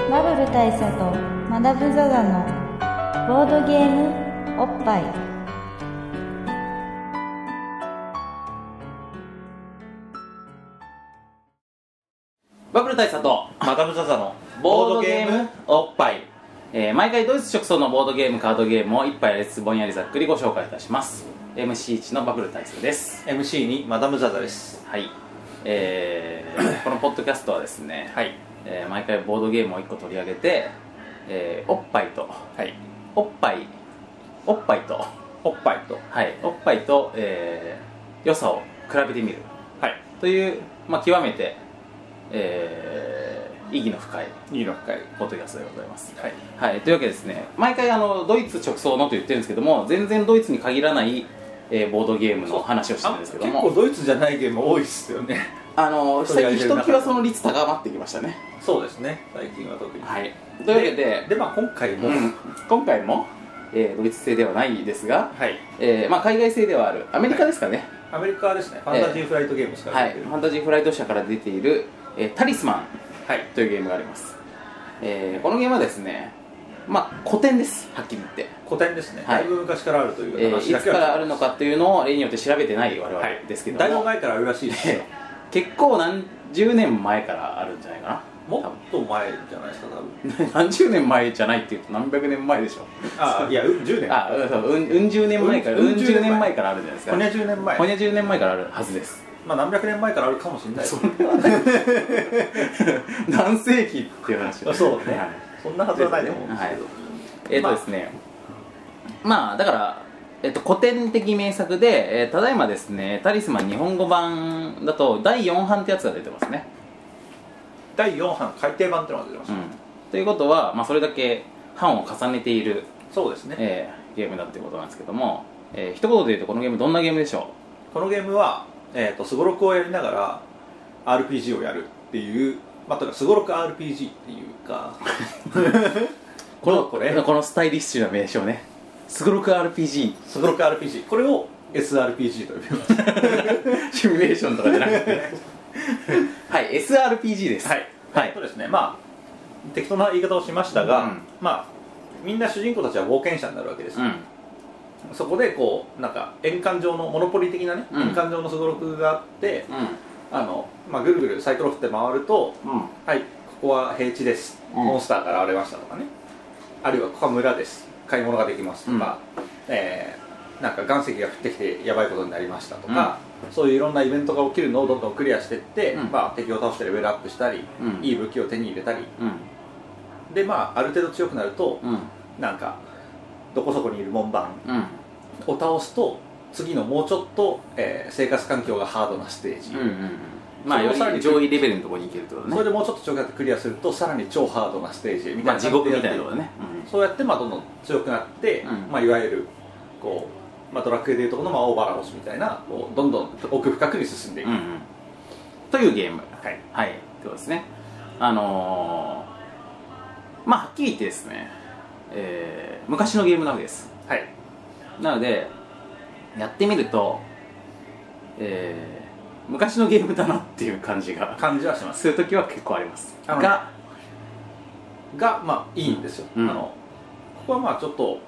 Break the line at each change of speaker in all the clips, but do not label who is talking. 大佐とマダム・ザ・ザのボードゲームおっぱい
バブル大佐と
マダム・ザ・ザの
ボードゲームおっぱい、えー毎回ドイツ直送のボードゲームカードゲームを一杯ですぼんやりざっくりご紹介いたします MC1 のバブル大佐です
MC にマダム・ザ・ザです
はいえーこのポッドキャストはですね、
はい
えー毎回ボードゲームを1個取り上げて、えーおっぱいと
はい
おっぱいおっぱいと
おっぱいと
はいおっぱいと、えー良さを比べてみる
はい
という、まあ、極めて、えー意義の深い
2の回
ポッドキャストでございます
はい
はい、というわけでですね毎回あのドイツ直送のと言ってるんですけども全然ドイツに限らない、えーボードゲームの話をしてるんですけど
あ結
も
構ドイツじゃないゲーム多いっすよね
あの
取り
最
上
近
げ
ひ
る
と
中
きわその率高まってきましたね
そうですね最近は特に
はいというわけで
でまあ今回も、
うん今回も、えードイツ製ではないですが、
はい
えーまあ、海外製ではあるアメリカですかね、
アメリカはですねファンタジーフライトゲームしか
はい、
出て
フ
る
ァンタジーフライト社から出ている、えータリスマ
はい
ンというゲームがあります、えーこのゲームはですねまあ古典ですはっきり言って
古典ですね、
はい
だいぶ昔からあるとい
え
う
ー
話
い
だ
つ
け
か
は、
らあるのかっていうのを例によって調べてない我々
はい
ですけども、
だいぶ前からあるらしいですよ
結構何十年前からあるんじゃないか
もっと前じゃないですか多分
な 何十年前じゃないっていうと何百年前でしょ
ああいやう10年
あうんそううんうん十年前から
うん
うん十年前からあるじゃないですか
こにゃ10年前
ほにゃ十年前からあるはずです
まあ何百年前からあるかもしれないですけど
何世紀っていう話
そうね
はい
そんなはずはないと思うんですけど、
はえっ、とですね、まあ、だから、えっと、古典的名作で、えーただいまですね、タリスマン日本語版だと、第4版ってやつが出てますね。
第4版改訂版っていうのが出てまし
う
た、
ん、ということは、まあ、それだけ版を重ねている、
そうですね、
えーゲームだっていうことなんですけども、えー一言で言うと、このゲーム、どんなゲームでしょ
このゲームはえーとすごろくをやりながら RPG をやるっていうまあとにかくすごろく RPG っていう か
う
この
の
これ
このスタイリッシュな名称ね、すごろく RPG、
すごろく RPG これを SRPG と呼びます
シミュレーションとかじゃなくて、はい、SRPG です。
はい、
はい
そうですねまあ適当な言い方をしましたが、
うん
まあみんな主人公たちは冒険者になるわけです、
うん
そこでこうなんか円環上のモノポリ的なね、
うん
円環上のすごろくがあって
うん
あの、まあ、ぐるぐるサイコロ振って回ると
うん
はいここは平地です、
うん
モンスターから現れましたとかねあるいはここは村です買い物ができますとか、えーなんか岩石が降ってきてやばいことになりましたとか、そういういろんなイベントが起きるのをどんどんクリアしていって、
うん
まあ、敵を倒してレベルアップしたり、
うん
いい武器を手に入れたり
うん
でまあある程度強くなると、
うん
なんかどこそこにいる門番
うん
を倒すと次のもうちょっと、えー生活環境がハードなステージ、
うんうんうんまあ
それ
よ
をさら
り
に
上位レベルのところに行けるってこと
それ
ね
でもうちょっと強くなってクリアするとさらに超ハードなステージみ
まあ
たいな
地
感じ
獄
でや
み
ったて
いなところだね
そうやってまあどんどん強くなって、
うん
まあ、いわゆるこう、まあ、ドラクエでいうところの魔王バラオスみたいなこうどんどん奥深くに進んでいく、
うんうんうんというゲーム
はい、
はいってことですねあのーまあはっきり言ってですねえー昔のゲームなわけです
はい、
なのでやってみるとえー昔のゲームだなっていう感じが
感じはします
するときは結構あります
あの
が
がまあいいんですよ、
うん
あのここはまあちょっと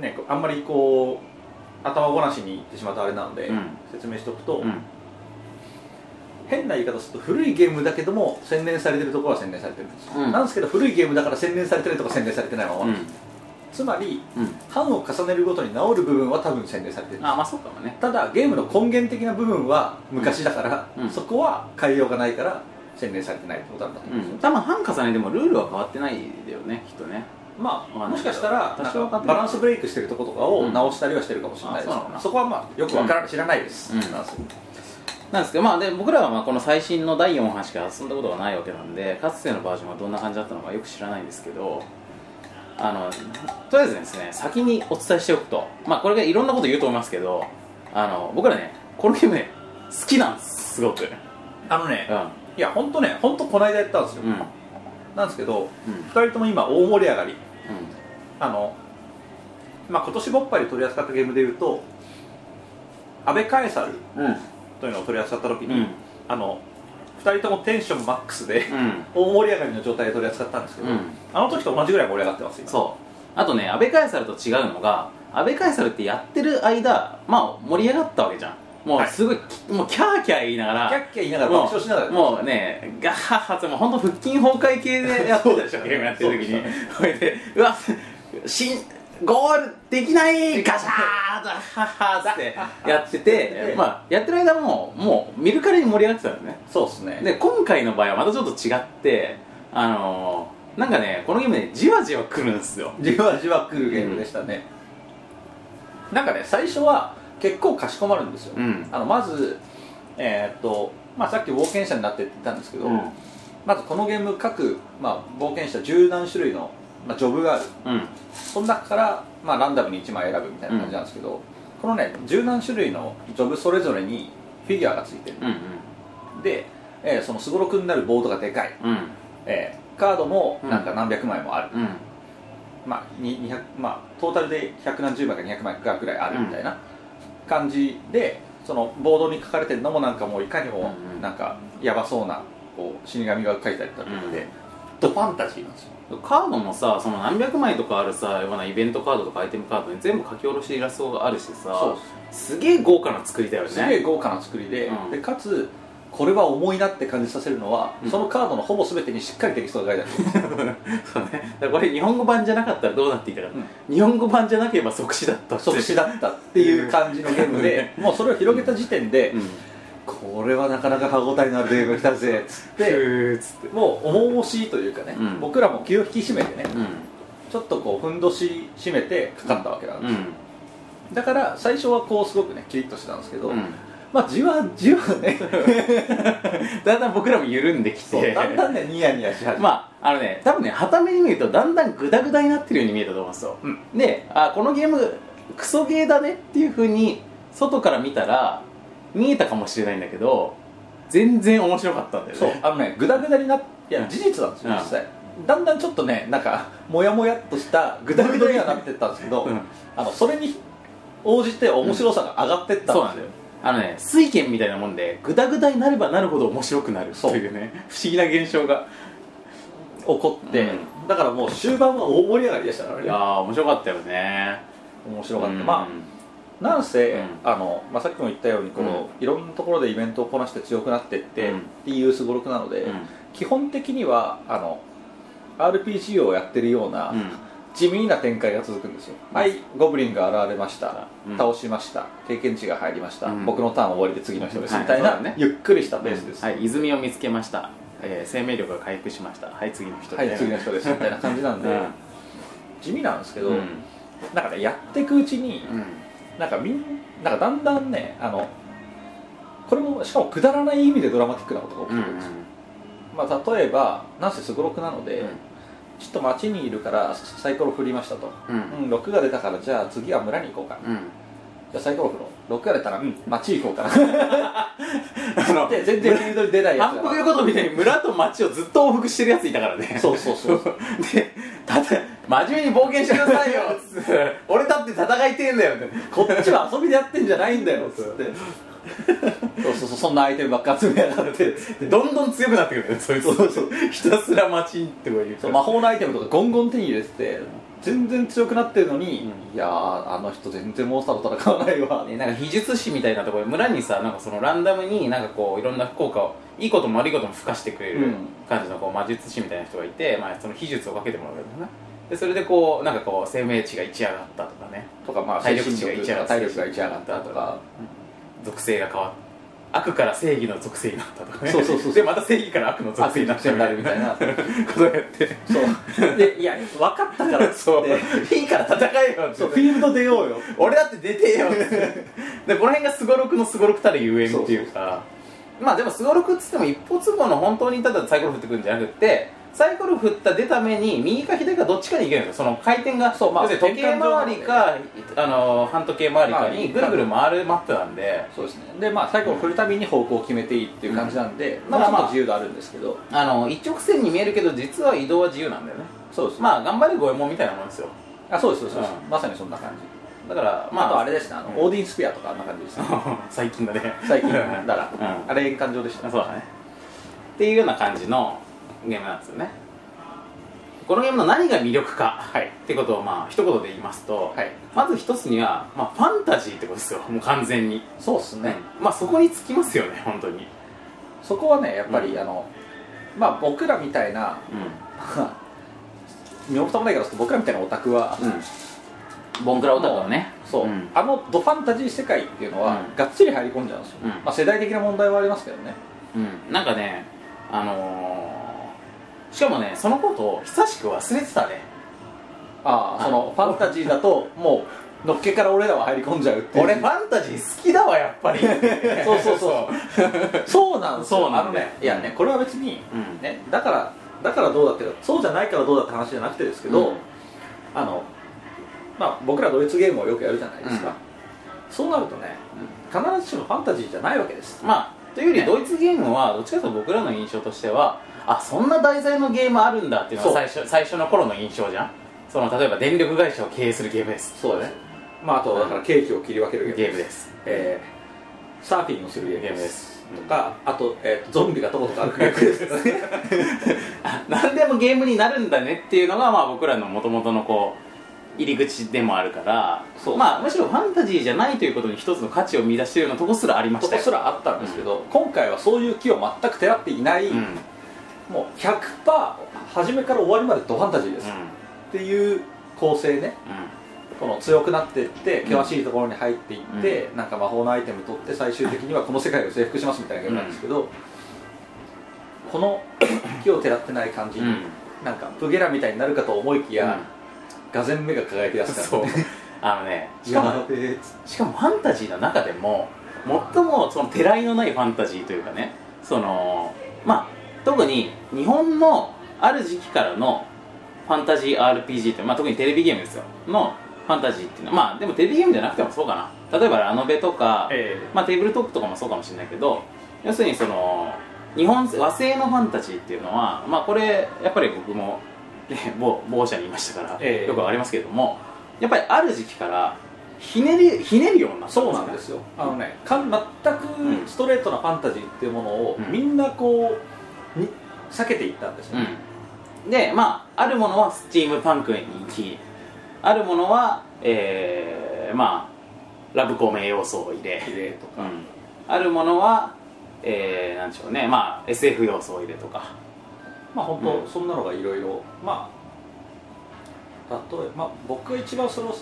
ねあんまりこう頭ごなしに言ってしまうとあれなので、
うん
説明しておくと、
うん
変な言い方すると古いゲームだけども洗練されてるところは洗練されてるんですよ、
うん
なんですけど古いゲームだから洗練されてるとこは洗練されてないまま、
うん
つまり
うん
版を重ねるごとに治る部分は多分洗練されてる
あまあそうかもね
ただゲームの根源的な部分は昔だから、
うん
そこは変えようがないから洗練されてないってことなんだと思
う
うんです
ん
よ、
多分半重ねでもルールは変わってないだよねきっとね
ま
まあ
あ、もしかしたら
多
なん
少は
かバランスブレイクしてるとことかを直したりはしてるかもしれないで
う
す、
んあそうなのかな
そこはまあよくわからない、知らないです、
うん
なんですよ
なんですけど、まあ、で僕らはまあこの最新の第4版しか遊んだことがないわけなんでかつてのバージョンがどんな感じだったのかよく知らないんですけどあのとりあえずですね先にお伝えしておくと、まあ、これがいろんなこと言うと思いますけどあの僕らねこのゲームね好きなんですすごくうん
あのね、
うん
いや本当ね本当この間やったんですよ、
うん
なんですけど
うん
2人とも今大盛り上がりあの、まあ、今年ごっぱいで取り扱ったゲームでいうと「安倍カエサル
うん」
というのを取り扱った時に、
うん
あの2人ともテンションマックスで、
うん
大盛り上がりの状態で取り扱ったんですけど、
うん
あの時と同じぐらい盛り上がってます今
そうあとね安倍カエサルと違うのが安倍カエサルってやってる間まあ盛り上がったわけじゃんも
は
う
い
すごい、もうキャーキャー言いながら
キャッキャ言いながら
もう
爆笑しながら
もうねガッハッハってもう本当腹筋崩壊系でやってたでしょ
そうでしたね
ゲームやってる時
そう
に
で
それでうわしんゴールできないガシャーッハッハッってやってて、まあ、やってる間ももう見るからに盛り上がってたんだよね
そうですね
で今回の場合はまたちょっと違ってあのー、なんかねこのゲームねじわじわ来るんですよ
じわじわ来るゲームでしたね、なんかね最初は結構かしこまるんですよ、
うん
あのまずえーっとまあ、さっき冒険者になってって言ったんですけど、
うん
まずこのゲーム各、まあ、冒険者十何種類の、まあ、ジョブがある
うん
その中から、まあ、ランダムに1枚選ぶみたいな感じなんですけど、このね十何種類のジョブそれぞれにフィギュアがついてる、
うん
で、えーそのすごろくになるボードがでかい、
うんうん
えーカードもなんか何百枚もある、
うん
まあ、に200まあトータルで百何十枚か200枚かぐらいあるみたいな感じで、そのボードに書かれてるのもなんかもういかにも
うんうん
なんかやばそうなこう死神が書いたりだとかで、ドファンタジーなんですよ
カードもさその何百枚とかあるさようなイベントカードとかアイテムカードに全部書き下ろしイラストがあるし
そう
さすげえ豪華な作りだよね
すげえ豪華な作りで,、
うん
でかつこれは重いなって感じさせるのは、
うん
そのカードのほぼ全てにしっかりテキストが書いてある
そうねだからこれ日本語版じゃなかったらどうなっていたか、日本語版じゃなければ即死だったって
即死だったっていう感じのゲームで、もうそれを広げた時点で、
うん
これはなかなか歯応えのあるゲームが来たぜっつっ
で
て
ふーっつって
もう重々しいというかね、
うん
僕らも気を引き締めてね、
うん
ちょっとこうふんどし締めてかかったわけなんで
う
す、
ん
だから最初はこうすごくねキリッとしてたんですけど、
うん
まあじわじわ ね
だんだん僕らも緩んでき
そう
て
だんだんねニヤニヤし始めて、
まああのね多分ねはために見るとだんだんグダグダになってるように見えたと思うんですよ、
うん
であこのゲームクソゲーだねっていうふうに外から見たら見えたかもしれないんだけど全然面白かったんだよね
そうあのねグダグダになっていや
うん
事実なんですよ
うん
実際、だんだんちょっとねなんかモヤモヤっとしたグダグダにはなってったんですけど、
うん
あのそれに応じて面白さが上がってった
そうなん
ん
だ
で
よあのね水拳みたいなもんでグダグダになればなるほど面白くなるというね不思議な現象が
すよ、怒って、
う
だからもう終盤は大盛り上がりでしたから
いや
ね
ー面白かったよね
面白かった、
うん
まあなんせ、
うん
あのまあ、さっきも言ったようにこの、いろんなところでイベントをこなして強くなってって、
うん
っていうすごろくなので、
うん
基本的にはあの RPG をやってるような、
うん
地味な展開が続くんですよ、はいゴブリンが現れました、
うん
倒しました経験値が入りました、
うん
僕のターン終わりで次の人です、
はい
みたい
そ
な、
うだね
ゆっくりしたペースです、
はい泉を見つけました、えー生命力が回復しましたはい次の人
はい、次の人ですみたいな感じなんで、
うん
地味なんですけど、
うん
なんかねやっていくうちに、
うん
なんかみんなんかだんだんねあのこれもしかもくだらない意味でドラマティックなことが起きてくるんですよ、まあ、例えばなんせすごろくなので、ちょっと街にいるからサイコロ振りましたと、
うん
うん、6が出たからじゃあ次は村に行こうか
う
な、
ん
じゃあサイコロ振ろう6が出たら、うん、街行こうかな
あの
で全然フィールドに出ないや
反
つだ
復
か
横
ら
跳びで村と町をずっと往復してるやついたからね
そうそうそう
でただ真面目に冒険してくださいよつって俺だって戦いてえんだよって
こっちは遊びでやってんじゃないんだよつってそうそうそうそんなアイテムばっか集めやがって
どんどん強くなってくるよねそいつ
そうそう
ひたすら町にってこう言う
そう魔法のアイテムとかゴンゴン手に入れてて全然強くなってるのに、いやーあの人全然モンスターと戦わないわ
ね、なんか秘術師みたいなところで村にさなんかそのランダムになんかこういろんな効果をいいことも悪いことも付加してくれ
う
る
ん
感じのこう魔術師みたいな人がいて、まあ、その秘術をかけてもらうわけだよねでそれでこうなんかこう生命値が一上がったとかね
とかまあ
体力値が一上がった
体力が一上がったとか
属性が変わった悪から正義の属性になったとかね
そうそうそう
でまた正義から悪の属性になった
悪の
ことをやって
そうでいや分かったからっつ
そ
っ
う
て
いいから戦えよって
そうフィールド出ようよ
俺だって出てえよってでこの辺がすごろくのすごろくたるゆえんっていうかまあでもすごろくっつっても一歩都合の本当にただサイコロ振ってくるんじゃなくってサイコロ振った出た目に右か左かどっちかにいけるんですよその回転が
そうまあ
要するに時計回りか、あの半時計回りかにぐるぐる回るマップなんで
そうですねでまあ最後振るたびに方向を決めていいっていう感じなんで、
うん
まあ、
まあ
ちょ
ま
っ
あ
と自由度あるんですけど、
あの一直線に見えるけど実は移動は自由なんだよね
そうですま
まあ頑張れ五右衛門みたいなもんですよ
あそうですそうです、
う
まさにそんな感じ
だからま
まあ、
あ
あとあれですねあの、
うん
オーディンスピアとかあんな感じですね
最近だね
最近
うん
だから、
うん
あれ円環状でした
そうだねっていうような感じのゲームなんですよねこのゲームの何が魅力か
はい
ってことをまあ一言で言いますと、
はい
まず一つには、まあ、ファンタジーってことですよもう完全に、
そうですね、
まあそこにつきますよね本当に
そこはねやっぱり、
うん
あのまあ僕らみたいな
う
身も蓋もないから僕らみたいなオタクは、
んうんボンクラオタクはね
そう、
ん
あのドファンタジー世界っていうのは、
うん
がっつり入り込んじゃうんですよ、
うん
まあ、世代的な問題はありますけどね
うん、なんかねあのー、しかもねそのことを久しく忘れてたね
ああ
あ
そのファンタジーだともうのっけから俺らは入り込んじゃうっていう
俺ファンタジー好きだわやっぱり
そうそう そうそうなんですよ
そうなんだよ
あのねいやねこれは別に、
うん
ね、だからだからどうだってそうじゃないからどうだって話じゃなくてですけど、
うん
あのまあ僕らドイツゲームをよくやるじゃないですか、
うん
そうなるとね必ずしもファンタジーじゃないわけです
まあというより
ね
ドイツゲームはどっちかというと僕らの印象としてはあそんな題材のゲームあるんだっていうのが最初最初の頃の印象じゃんその例えば電力会社を経営するゲームです
そうだねまああとだからケーキを切り分ける
ゲームです
えーサーフィンをするゲーム
ゲーム
で
ですす
とか、あと,、えーとゾンビがとことか歩くゲームですとかね
あ何でもゲームになるんだねっていうのが、まあ、僕らの元々のこう入り口でもあるから
そう
まあ、むしろファンタジーじゃないということに一つの価値を見出しているようなとこすらありま
と
した
こ
よ
すらあったんですけど、今回はそういう木を全く照らっていない、
うんうん
もう100%初めから終わりまでドファンタジーです、っていう構成ねこの強くなっていって険しいところに入っていって、なんか魔法のアイテム取って最終的にはこの世界を征服しますみたいなゲームなんですけど、この木を照らってない感じ
うん
に、
うん
なんかプゲラみたいになるかと思いきや、がぜん目が輝き出すか
そう
ら、ね、
あのねし
し
か
か
も
も
しかもファンタジーの中でも最もそのてらいのないファンタジーというかねそのまあ特に日本のある時期からのファンタジー RPG って、まあ、特にテレビゲームですよのファンタジーっていうのはまあでもテレビゲームじゃなくてもそうかな例えばラノベとか、
ええ
まあ、テーブルトークとかもそうかもしれないけど要するにその日本和製のファンタジーっていうのは、まあ、これやっぱり僕も、 ね、某某社にいましたから、
ええ
よくわかりますけれどもやっぱりある時期からひねりひねるようになった
そうなんですよあのねかん全くストレートなファンタジーっていうものを、
うん
みんなこうに避けていったんですよ、
うん、でまああるものはスチームパンクに行きあるものはえー、まあラブコメ要素を入れ
綺麗とか、
うん、あるものはえー、なんでしょうねまあ SF 要素を入れとか
まあ本
う
当
ん
そんなのがいろいろまあ例えば、まあ、僕が一番その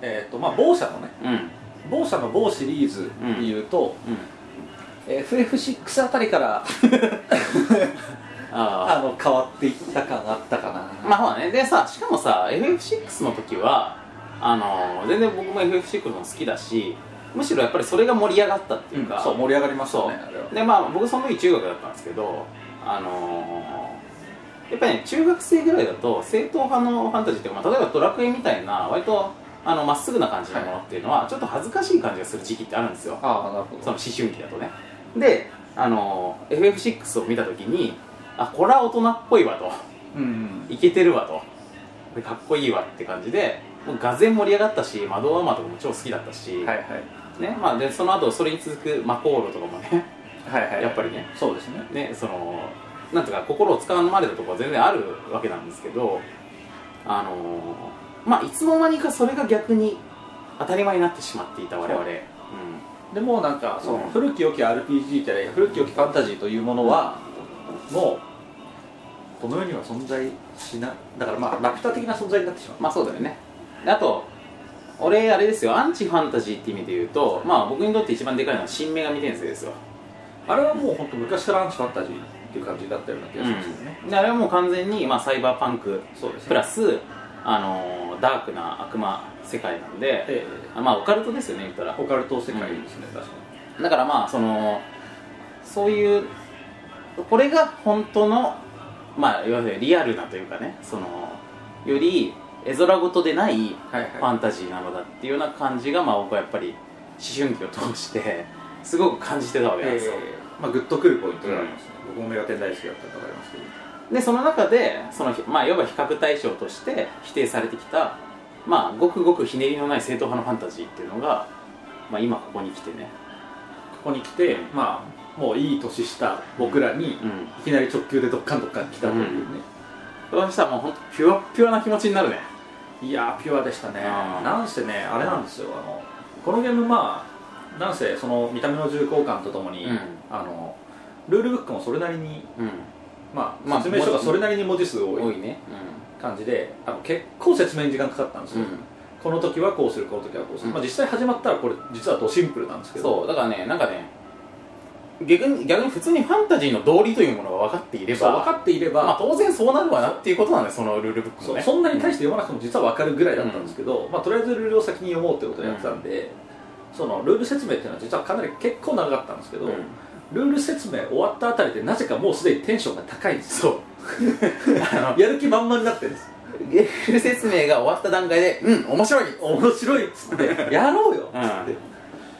えっ、とまあ某社のね
うん
某社の某シリーズでいうと、
うん
えー FF6 あたりから
あ
あの変わっていった感があったかな、
あまあほらねでさしかもさ FF6 の時はあの全然僕も FF6 も好きだしむしろやっぱりそれが盛り上がったっていうか、
そう盛り上がりました
そう
ねあれは
でまあ僕その時中学だったんですけどあのーやっぱりね中学生ぐらいだと正統派のファンタジーっていうか、まあ、例えばドラクエみたいな割とあのまっすぐな感じのものっていうのは、ちょっと恥ずかしい感じがする時期ってあるんですよ
ああなるほど
その思春期だとねであのー FF6 を見た時にあこれは大人っぽいわと
うんうん
いけてるわとこれかっこいいわって感じでもうがぜん盛り上がったしマドーアマとかも超好きだったし、
はいはい
ねまあ、でその後それに続くマコーロとかもね
はいはい
やっぱりね
そうですね
ねそのなんとか心をつかまれたところは全然あるわけなんですけどあのーまあいつの間にかそれが逆に当たり前になってしまっていた我々、
そう
うん
でもなんかその
うん
古き良き RPG じゃない古き良きファンタジーというものはもうこの世には存在しないだからまあラピュタ的な存在になってしまう
まあそうだよねであと俺あれですよアンチファンタジーって意味で言うとまあ僕にとって一番でかいのは新女神転生ですよ
あれはもう本当昔からアンチファンタジーっていう感じだったような気がしますよね、
であれはもう完全に、まあ、サイバーパンク
そうですね
プラス、あのーダークな悪魔世界なんで、
え
あまあオカルトですよね言ったら
えオカルト世界ですね、確か
だからまあそのそういうこれが本当のまあいわゆるリアルなというかねそのより絵空事でない
に
ファンタジーなのだっていうような感じが、まあ、僕はやっぱり思春期を通してすごく感じてたわけなん
え
ですよ、
えまあグッとくるポイントがありますね、僕もメガテン大好きだったからわかりますけど
でその中でその、まあ、いわば比較対象として否定されてきた、まあ、ごくごくひねりのない正統派のファンタジーっていうのが、まあ、今ここに来てね
ここに来て、まあもういい年した僕らに、
うん
いきなり直球でドッカンドッカン来たというね、
そうしたらもう本当ピュアピュアな気持ちになるね
いやーピュアでしたね
あー
なんせねあれなんですよあのこのゲームまあなんせその見た目の重厚感とともに、
うん
あのルールブックもそれなりに、
うん
まあ
まあ
説明書がそれなりに文字数多
多
い
いね
感じであの結構説明に時間かかったんです
うん、
よ、この時はこうするこの時はこうする、
うん
まあ、実際始まったらこれ実はドシンプルなんですけど
そうだからねなんかね逆に逆に普通にファンタジーの道理というものが分かっていれば
分かっていれば、
まあ、当然そうなるわなっていうことなんだよそのルールブック
そ
も
う
ね
そんなに大して読まなくても実は分かるぐらいだったんですけど、まあ、とりあえずルールを先に読もうってことをやってたんで、そのルール説明っていうのは実はかなり結構長かったんですけど、
うん
ルール説明終わったあたりでなぜかもうすでにテンションが高いんですよ
そうあ
やる気満々になってるんです
のゲーム説明が終わった段階でうん面白い
面白いっつってやろうよっつって、
うん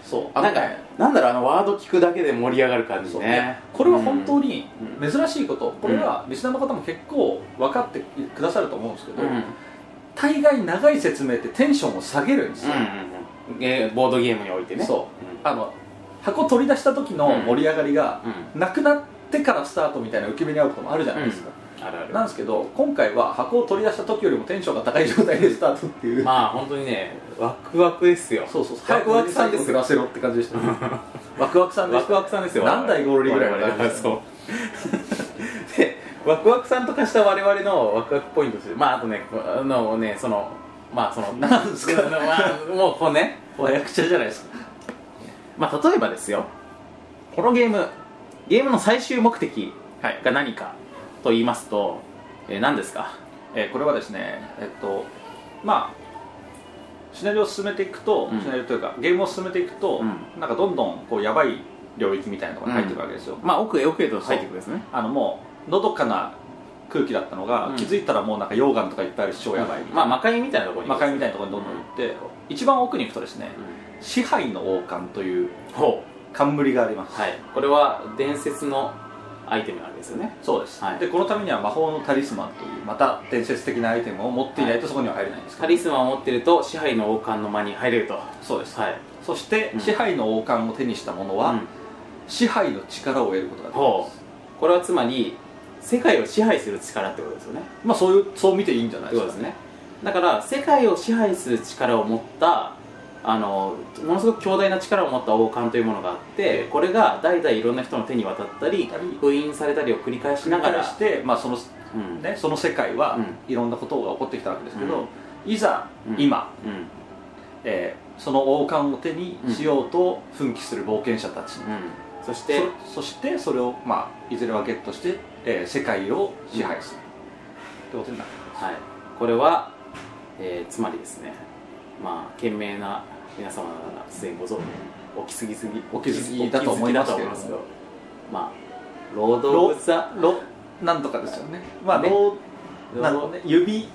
そうあの
なんかなんだろうあのワード聞くだけで盛り上がる感じ
そう
ね
これは本当に
うん
珍しいこと、これはリスナーの方も結構分かってくださると思うんですけど、
うんうんうん
大概長い説明ってテンションを下げるんですよ、
うんゲーボードゲームにおいてね、
そう
ん
あの箱取り出した時の盛り上がりがなくなってからスタートみたいな浮き目に合うこともあるじゃないですか、
うん、あるある
なんですけど今回は箱を取り出した時よりもテンションが高い状態でスタートっていう、
まあ本当にねワクワクですよ
そうそうそう
ワクワクさんですよ
ラセロって感じでし たねワクワクさんで
ワ
し
ク
た
ワクさんですよ
何代ゴロリぐらいま
我
であ
々
りま
は
した
そ
ね
うでワクワクさんと化した我々のワクワクポイントとしてまああとねあのねそのまあその
なんですか
あのまあもうこうね
和訳者じゃないですか
まあ例えばですよこのゲームゲームの最終目的
はい
が何かと言いますと、えー何ですか
えーこれはですねえっとまあシナリオを進めていくと、
うん
シナリオというかゲームを進めていくと、
う
なんかどんどんこうやばい領域みたいなのが入ってくるわけですよ、
まあ奥へ奥へと入っていくんですね
あのもうのどかな空気だったのが、
うん
気づいたらもうなんか溶岩とかいっぱいあるし超やばいみたい
まあ
な、
魔界みたいなところに
魔界みたいなところにどんどん行って、一番奥に行くとですね支配の王冠という
ほ
冠がありま
う
す、
はいこれは伝説のアイテムなんですよね
そうです、
はい
でこのためには魔法のタリスマンというまた伝説的なアイテムを持っていないとそこには入れないんですけ
カ
ど
リスマを持ってると支配の王冠の間に入れるとは
そうです、
い
そして、
うん
支配の王冠を手にした者は、
うん
支配の力を得ることができ
ほ
ます
うこれはつまり世界を支配する力ってことですよね
まあそういうそう見ていいんじゃない
って
で
こ
す
と
か
ですねだから世界を支配する力を持ったあのものすごく強大な力を持った王冠というものがあってこれが代々いろんな人の手に渡ったり封印されたりを繰り返しながら
繰り返して、まあ、その
うん
ね、その世界は、
うん
いろんなことが起こってきたわけですけ
う
ど、いざ、
うん
今、
うん
えーその王冠を手にしようと奮起する冒険者た
う
ち、
んそして
そそしてそれを、まあ、いずれはゲットして、えー世界を支配する、ってことになる
はい、これは、えーつまりですね、まあ、賢明な皆様ならすでにご存知、お気づきすぎ、
お気づきだと思いますけれども
お気づきだと思いまあ、ロード・オブ・ザ・
ロなんとかですよねまあ
ね
ロ
ロー
なんね 指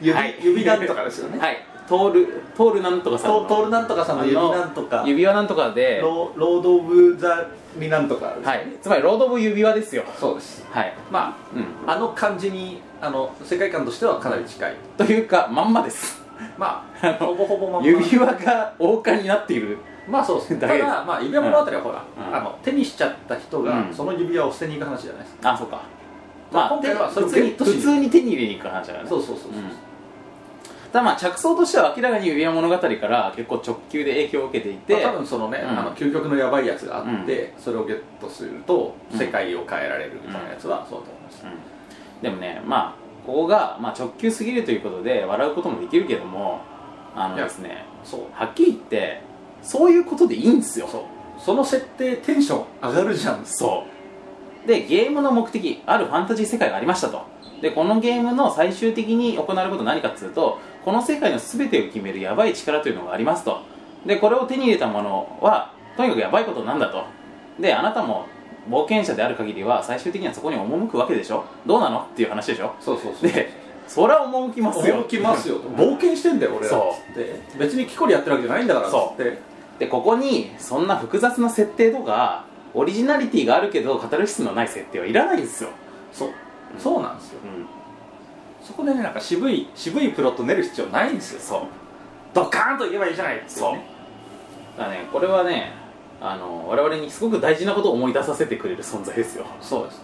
指、
はい
指なんとかですよね、
はい、トール、トールなんとかさん
ト
の、
トールなんとかさんの指
あの
なんとか
指輪なんとかで、
ローロード・オブ・ザ・になんとかですね
はい、つまりロード・オブ・指輪ですよ。
そうです
はい、
まあ
うん、
あの感じにあの世界観としてはかなり近い
というか、まんまです。
ま
あ
あ
の
ほぼほぼまんま
指輪が王冠になっている。
まあそうですね
だ
た
け
だ、まあ、指輪物語はほら、
うん
あの手にしちゃった人が、
うん
その指輪を捨てに行く話じゃないですか、
あ、そうか。
まあ
まあ、
今回はそれ
普
を
通に
ゲッ
普
トしに
通に手に入れに行く話だからね。
そうそうそうそう、
うんただまあ着想としては明らかに指輪物語から結構直球で影響を受けていて、
まあ多分そのね、
うん
あの究極のやばいやつがあって、それをゲットすると
うん
世界を変えられるみたいなやつはそうだと思います、
うんでもねまあここがまあ直球すぎるということで笑うこともできるけどもあの
いや
ですね
そう
はっきり言ってそういうことでいいんですよ
そうその設定テンション上がるじゃん
そうでゲームの目的あるファンタジー世界がありましたとでこのゲームの最終的に行うことは何かっつうとこの世界の全てを決めるやばい力というのがありますとでこれを手に入れたものはとにかくやばいことなんだとであなたも冒険者である限りは最終的にはそこに赴くわけでしょどうなのっていう話でしょ
そうそうそう
でそりゃ赴きますよ
驚きま すよ冒険してんだよ俺ら
そう
つって別に木こりやってるわけじゃないんだからつ
そ
っ
う
て
でここにそんな複雑な設定とかオリジナリティがあるけどカタルシスのない設定はいらないんですよ、
そう
うん
そうなんですよ
うん、
そこでねなんか渋い渋いプロット練る必要ないんですよ
そう
ドカーンと言えばいいじゃないってい
そうだからねこれはねあの我々にすごく大事なことを思い出させてくれる存在ですよ、
そうです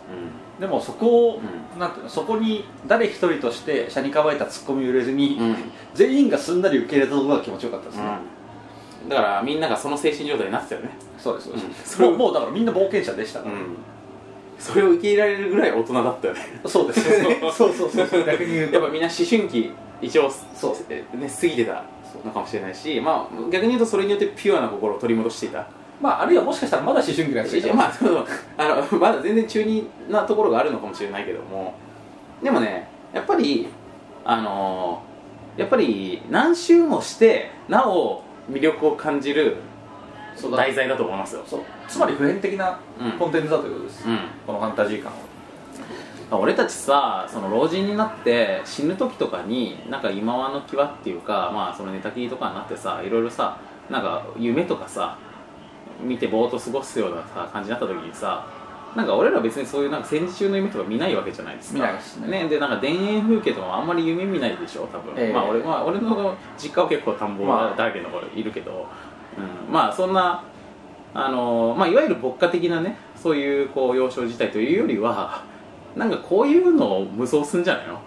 う
でもそこを、
う
なんていうのそこに誰一人として車に構えたツッコミを入れずに、
うん
全員がすんなり受け入れたところが気持ちよかったですね、
ん、だからみんながその精神状態になってたよね、
そうです、そう
うん
ですもうもうだからみんな冒険者でしたから、
それを受け入れられるぐらい大人だったよね
そ うですそうそうそうそう逆に言うと
やっぱみんな思春期一応
そう
ね、過ぎてたのかもしれないし、まあ、逆に言うとそれによってピュアな心を取り戻していた
まああるいはもしかしたらまだ思春期なんですよ
まあ、そのあのまだ全然中二なところがあるのかもしれないけどもでもねやっぱりあのやっぱり何周もしてなお魅力を感じる
そうだ
題材だと思いますよ、
そうつまり普遍的な
うん
コンテンツだということです、
うん、
このファンタジー感を
俺たちさその老人になって死ぬ時とかになんか今はの際っていうかまあその寝たきりとかになってさいろいろさなんか夢とかさ見てぼーっと過ごすようなさ感じになった時にさなんか俺ら別にそういうなんか戦時中の夢とか見ないわけじゃないですか
見ないですね
でなんか田園風景とかもあんまり夢見ないでしょ多分、
ええ
まあ俺まあ俺の実家は結構田んぼ
まあ
だらけの頃いるけど、うん、まあそんなあのまあ、いわゆる牧歌的なねそういうこう幼少時代というよりはなんかこういうのを無双すんじゃないの、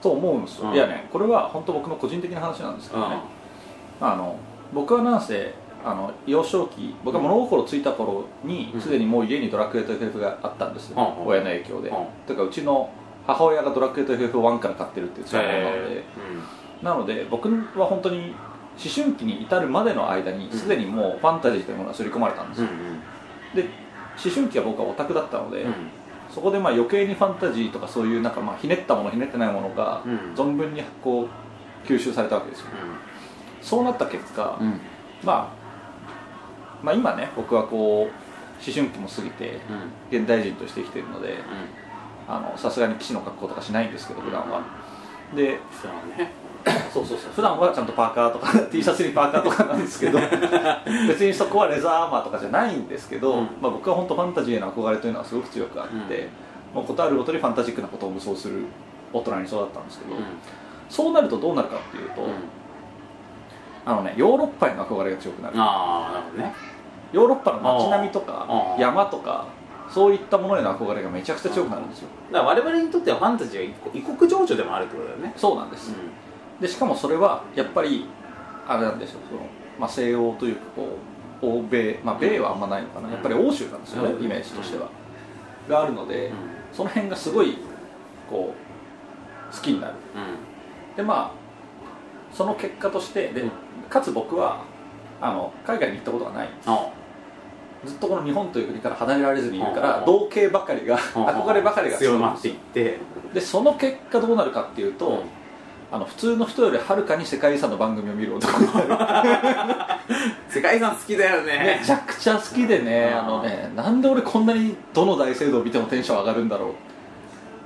と思うんですよ、
うん
いやねこれは本当僕の個人的な話なんですけどね、あの僕はなんせあの幼少期僕が物心ついた頃に
うん
すで、にもう家にドラクエと FF があったんですよ、
うんうん
親の影響で、
うん
というかうちの母親がドラクエと FF1 から買ってるっていう使い方なので、なので僕は本当に思春期に至るまでの間にすでにもうファンタジーというものが刷り込まれたんです
うん
よ、で思春期は僕はオタクだったので、
うん
そこでまあ余計にファンタジーとかそういうなんかまあひねったものひねってないものが
うん
存分にこう吸収されたわけですよそうなった結果、
うん
まあ、まあ今ね僕はこう思春期も過ぎて
うん
現代人として生きているのであのさすがに騎士の格好とかしないんですけど普段はで
そうね
そうそうそう普段はちゃんとパーカーとか T シャツにパーカーとかなんです けど別にそこはレザーアーマーとかじゃないんですけど、
うん
まあ、僕は本当ファンタジーへの憧れというのはすごく強くあって、
うん
もうことあるごとにファンタジックなことを無双する大人に育ったんですけど、
うん
そうなるとどうなるかっていうと、
うん
あのねヨーロッパへの憧れが強くなる
ああなるほどね
ヨーロッパの街並みとか
あー
山とかそういったものへの憧れがめちゃくちゃ強くなるんですよ
だから我々にとってはファンタジーは異国異国情緒でもあるってことだよね
そうなんですでしかもそれはやっぱりあれなんですよその、まあ、西欧というかこう欧米まあ米はあんまないのかなやっぱり欧州なんですよね
うん
イメージとしてはがあるので
うん
その辺がすごいこう好きになるでまあその結果としてで
うん
かつ僕はあの海外に行ったことがない
あ
ずっとこの日本という国から離れられずにいるから
うん
同型ばかりが憧ればかりが
強
い
ま
ん
っ
です
てい
よ
って
でその結果どうなるかっていうと、あの普通の人よりはるかに世界遺産の番組を見る男になる
世界遺産好きだよ ね
めちゃくちゃ好きでね、
うん
あのね、なんで俺こんなにどの大聖堂を見てもテンション上がるんだろ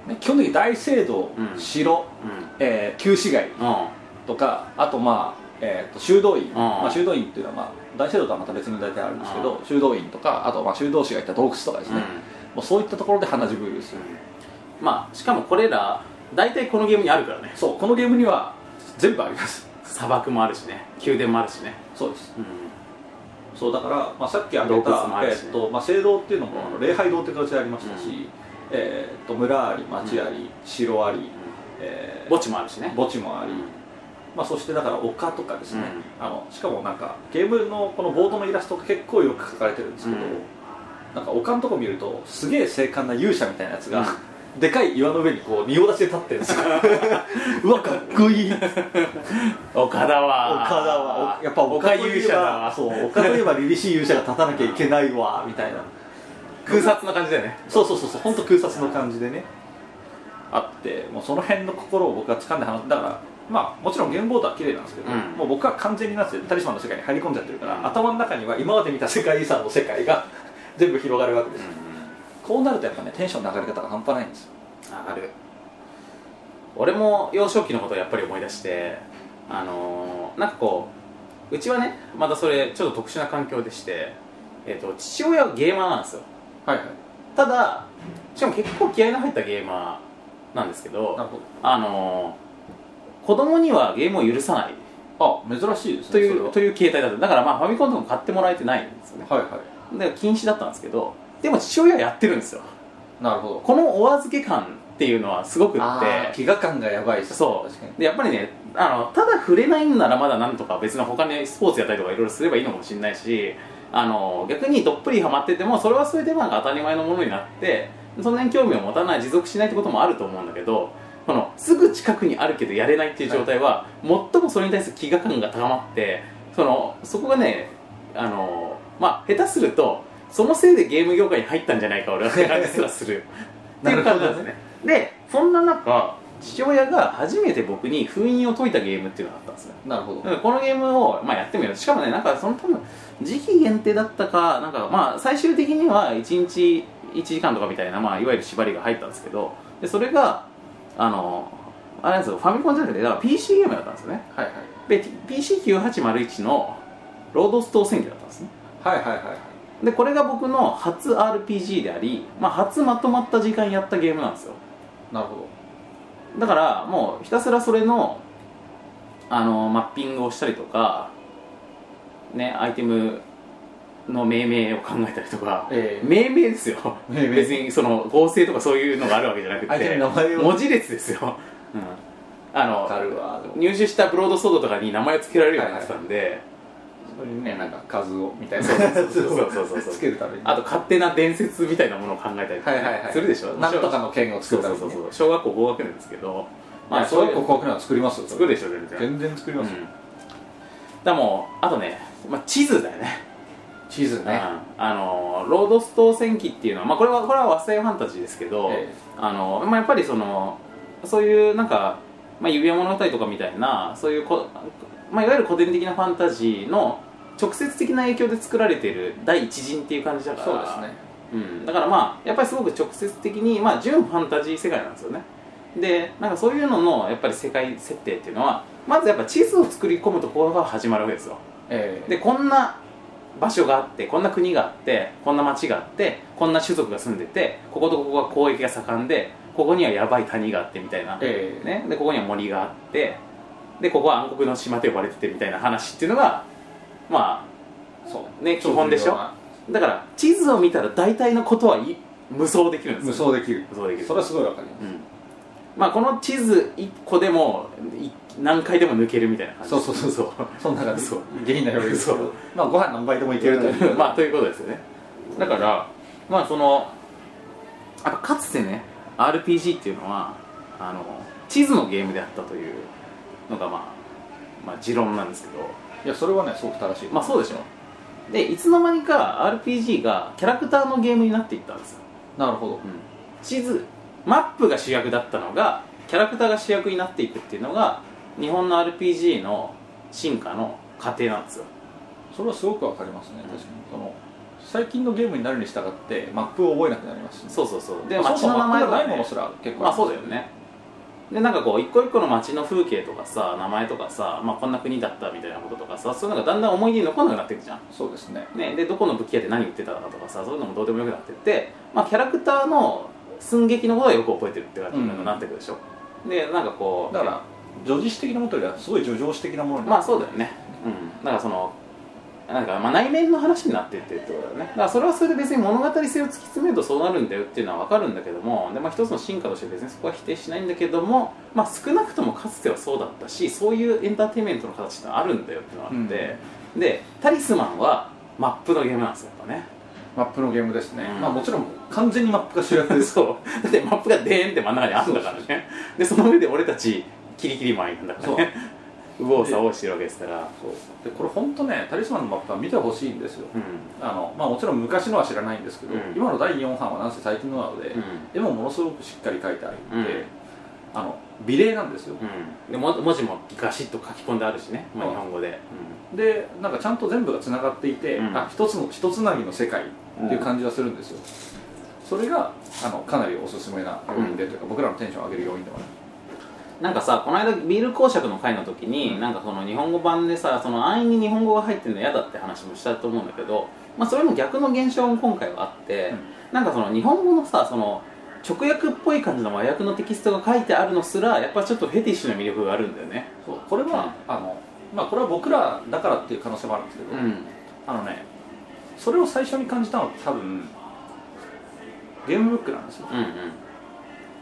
う。ね、基本的に大聖堂、
うん
城、
うん
えー旧市街
うん
とか、あとまあ、えーと修道院、
ん
まあ、修道院っていうのは、まあ、大聖堂とはまた別に大体あるんですけど、修道院とか、あとまあ修道士がいた洞窟とかですね、もうそういったところで鼻血ブーでする、
まあしかもこれら大体このゲームにあるからね
そう、このゲームには全部あります、
砂漠もあるしね宮殿もあるしね
そうです、
うん
そうだから、まあ、さっき挙げ
洞
た
窟もあ、るし
えっとまあ、聖堂っていうのもあの
うん
礼拝堂って形でありました
う
し、えっと村あり町あり、城あり、えー
墓地もあるしね
墓地もあり、まあ、そしてだから丘とかですね、あのしかもなんかゲームのこのボードのイラストが結構よく描かれてるんですけど、
うん
なんか丘のとこ見るとすげえ精悍な勇者みたいなやつが、でかい岩の上にこう仁王立ちで立ってるん ですようわかっこいい
岡田は
岡田はおやっぱ岡
岡
といえば
勇者だわ
そう岡といえば凛々しい勇者が立たなきゃいけないわみたいな
空撮な感じだよね
そうそうそうそう本当空撮の感じでねあってもうその辺の心を僕は掴んで話だからまあもちろんゲームボードは綺麗なんですけど、
うん
もう僕は完全になってタリスマンの世界に入り込んじゃってるから、
うん
頭の中には今まで見た世界遺産の世界が 全部広がるわけです、こうなるとやっぱねテンションの上がり方が半端ないんですよ
上がる俺も幼少期のことをやっぱり思い出してあのーなんかこううちはねまたそれちょっと特殊な環境でして、えっと父親はゲーマーなんですよ
はいはい
ただしかも結構気合の入ったゲーマーなんですけど
なるほ
あのー子供にはゲームを許さない
どあ珍しいですね
とい
それは
うという形態だっただからまあファミコンとかも買ってもらえてないんですよね
はいはい
で禁止だったんですけどでも父親はやってるんですよ
なるほど
このお預け感っていうのはすごくっ
あー
て
飢餓感がやばいです
そう
確かに
でやっぱりねあのただ触れないんならまだなんとか別の他にスポーツやったりとかいろいろすればいいのかもしれないしあの逆にどっぷりハマっててもそれはそれでなんか当たり前のものになってそんなに興味を持たない持続しないってこともあると思うんだけどこのすぐ近くにあるけどやれないっていう状態は、最もそれに対する飢餓感が高まってそのそこがねあのまあ下手するとそのせいでゲーム業界に入ったんじゃないか俺はって感じすらするっていう感 じなんですねでそんな中父親が初めて僕に封印を解いたゲームっていうのがあったんですね
なるほど、
うんこのゲームを、まあ、やってみようしかもねなんかその多分時期限定だったかなんかまあ最終的には1日1時間とかみたいな、まあ、いわゆる縛りが入ったんですけどでそれがあのあれなんですよファミコンじゃなくてだから PC ゲームだったんですよね
はいはい
で PC9801 のロードストー選挙だったんですね
はいはいはいはい
でこれが僕の初 RPG であり、まあ、初まとまった時間やったゲームなんですよ
なるほ
だからもうひたすらそれのあのマッピングをしたりとかねアイテムの命名を考えたりとか、
ええ
命名ですよ
命名
別にその合成とかそういうのがあるわけじゃなく
相手
て
の名前を
文字列ですよ、うん、あ
どわか
の
るわでも
入手したブロードソードとかに名前を付けられるようになってたんで、
そういうねなんか数をみたいな
そうそうそうそうそう
つけるために
あと勝手な伝説みたいなものを考えたりとか
はいはいはい
するでしょ
なんとかの剣を
そ
作
う
るた
そ
め
う
に
そうそう小学校高学年ですけど
まあそういう
小
こ
学
こ
校
うのは作りますよ
作るでしょ全然
全然作り
う
ま
ん
すよ、
だもうあとね、まあ、地図だよね
地図
うん
ね、
あのロードストー戦記っていうのは、まあ、これはこれは和製ファンタジーですけど、
ええ
あのまあ、やっぱりそのそういうなんか、まあ、指輪物語とかみたいなそういうこ、まあ、いわゆる古典的なファンタジーの直接的な影響で作られている第一陣っていう感じだから
そうですね
うん、だからまあやっぱりすごく直接的に、まあ、純ファンタジー世界なんですよねでなんかそういうののやっぱり世界設定っていうのはまずやっぱ地図を作り込むところが始まるわけですよ
ええ
でこんな場所があってこんな国があってこんな町があってこんな種族が住んでてこことここが交易が盛んでここにはやばい谷があってみたいな、
ええ
ね、でここには森があってでここは暗黒の島と呼ばれててみたいな話っていうのがま
そう
あね基本でしょだから地図を見たら大体のことはい無双できるんです
無
よ
双できる
無双できる
それはすごいわかりま
うんまあこの地図1個でもい何回でも抜けるみたいな感じ
そうそうそう
そう
すそんな感じ
そう
下品な表現ですけ
そう
どまあご飯何杯でもいけるとい う
まあということですよねだからまあそのやっぱかつてね RPG っていうのはあの地図のゲームであったというのがまあ、まあ、持論なんですけど
いやそれはねすごく正しい
まあそうでしょでいつの間にか RPG がキャラクターのゲームになっていったんですよ、
なるほど
うん地図マップが主役だったのがキャラクターが主役になっていくっていうのが日本の RPG の進化の過程なんですよ
それはすごくわかりますね確かにその最近のゲームになるに従ってマップを覚えなくなりますし
そうそうそうで
まあ
街
そも
の
そも
名前
マッ
とか
プ
ね
がないものすら結構
まあそうだよねでなんかこう一個一個の街の風景とかさ名前とかさ、まあ、こんな国だったみたいなこととかさそういうのがだんだん思い出に残らなくなっていくじゃん、
そうですね
ね、でどこの武器屋で何売ってたかとかさそういうのもどうでもよくなってって、まあ、キャラクターの寸劇のことはよく覚えてるって感じになってくるでしょ、でなんかこう
だから叙事詩的なものというよりはすごい叙情詩的なものに
まあそうだよねうんだからそのなんかまあ内面の話になってってるってことだよねだからそれはそれで別に物語性を突き詰めるとそうなるんだよっていうのは分かるんだけどもで、まあ、一つの進化として別にそこは否定しないんだけども、まあ、少なくともかつてはそうだったしそういうエンターテインメントの形ってのはあるんだよっていうのがあって、で「タリスマン」はマップのゲームなんですよやっぱね
マップのゲームですね、
うん
まあもちろん完全にマップが主役 です
そうだってマップがデーンって真ん中にあるんだからねでその上で俺たちキリキリマンいるんだからね 右往左往してるわけですから
そうでこれ本当ねタリスマンのマップは見てほしいんですよ
うん
あの、まあ、もちろん昔のは知らないんですけど、
うん
今の第4版はなんせ最近のなので、絵もものすごくしっかり描いてあるので、
うん
あの美麗なんですよ、
うん、でも文字もガシッと書き込んであるしね、まあ、
うん
日本語で、
でなんかちゃんと全部がつながっていて、
うん
あ一つの一つなぎの世界っていう感じはするんですよ、それがあのかなりおすすめな要因でというか、僕らのテンションを上げる要因でもある
なんかさこの間ビール公爵の会の時に、なんかその日本語版でさその安易に日本語が入ってるの嫌だって話もしたと思うんだけど、まあ、それも逆の現象も今回はあって、
うん
なんかその日本語のさその直訳っぽい感じの和訳のテキストが書いてあるのすらやっぱちょっとフェティッシュな魅力があるんだよね
そうこれは、あのまあこれは僕らだからっていう可能性もあるんですけど、
うん
あのねそれを最初に感じたのって多分ゲームブックなんですよ
うんうん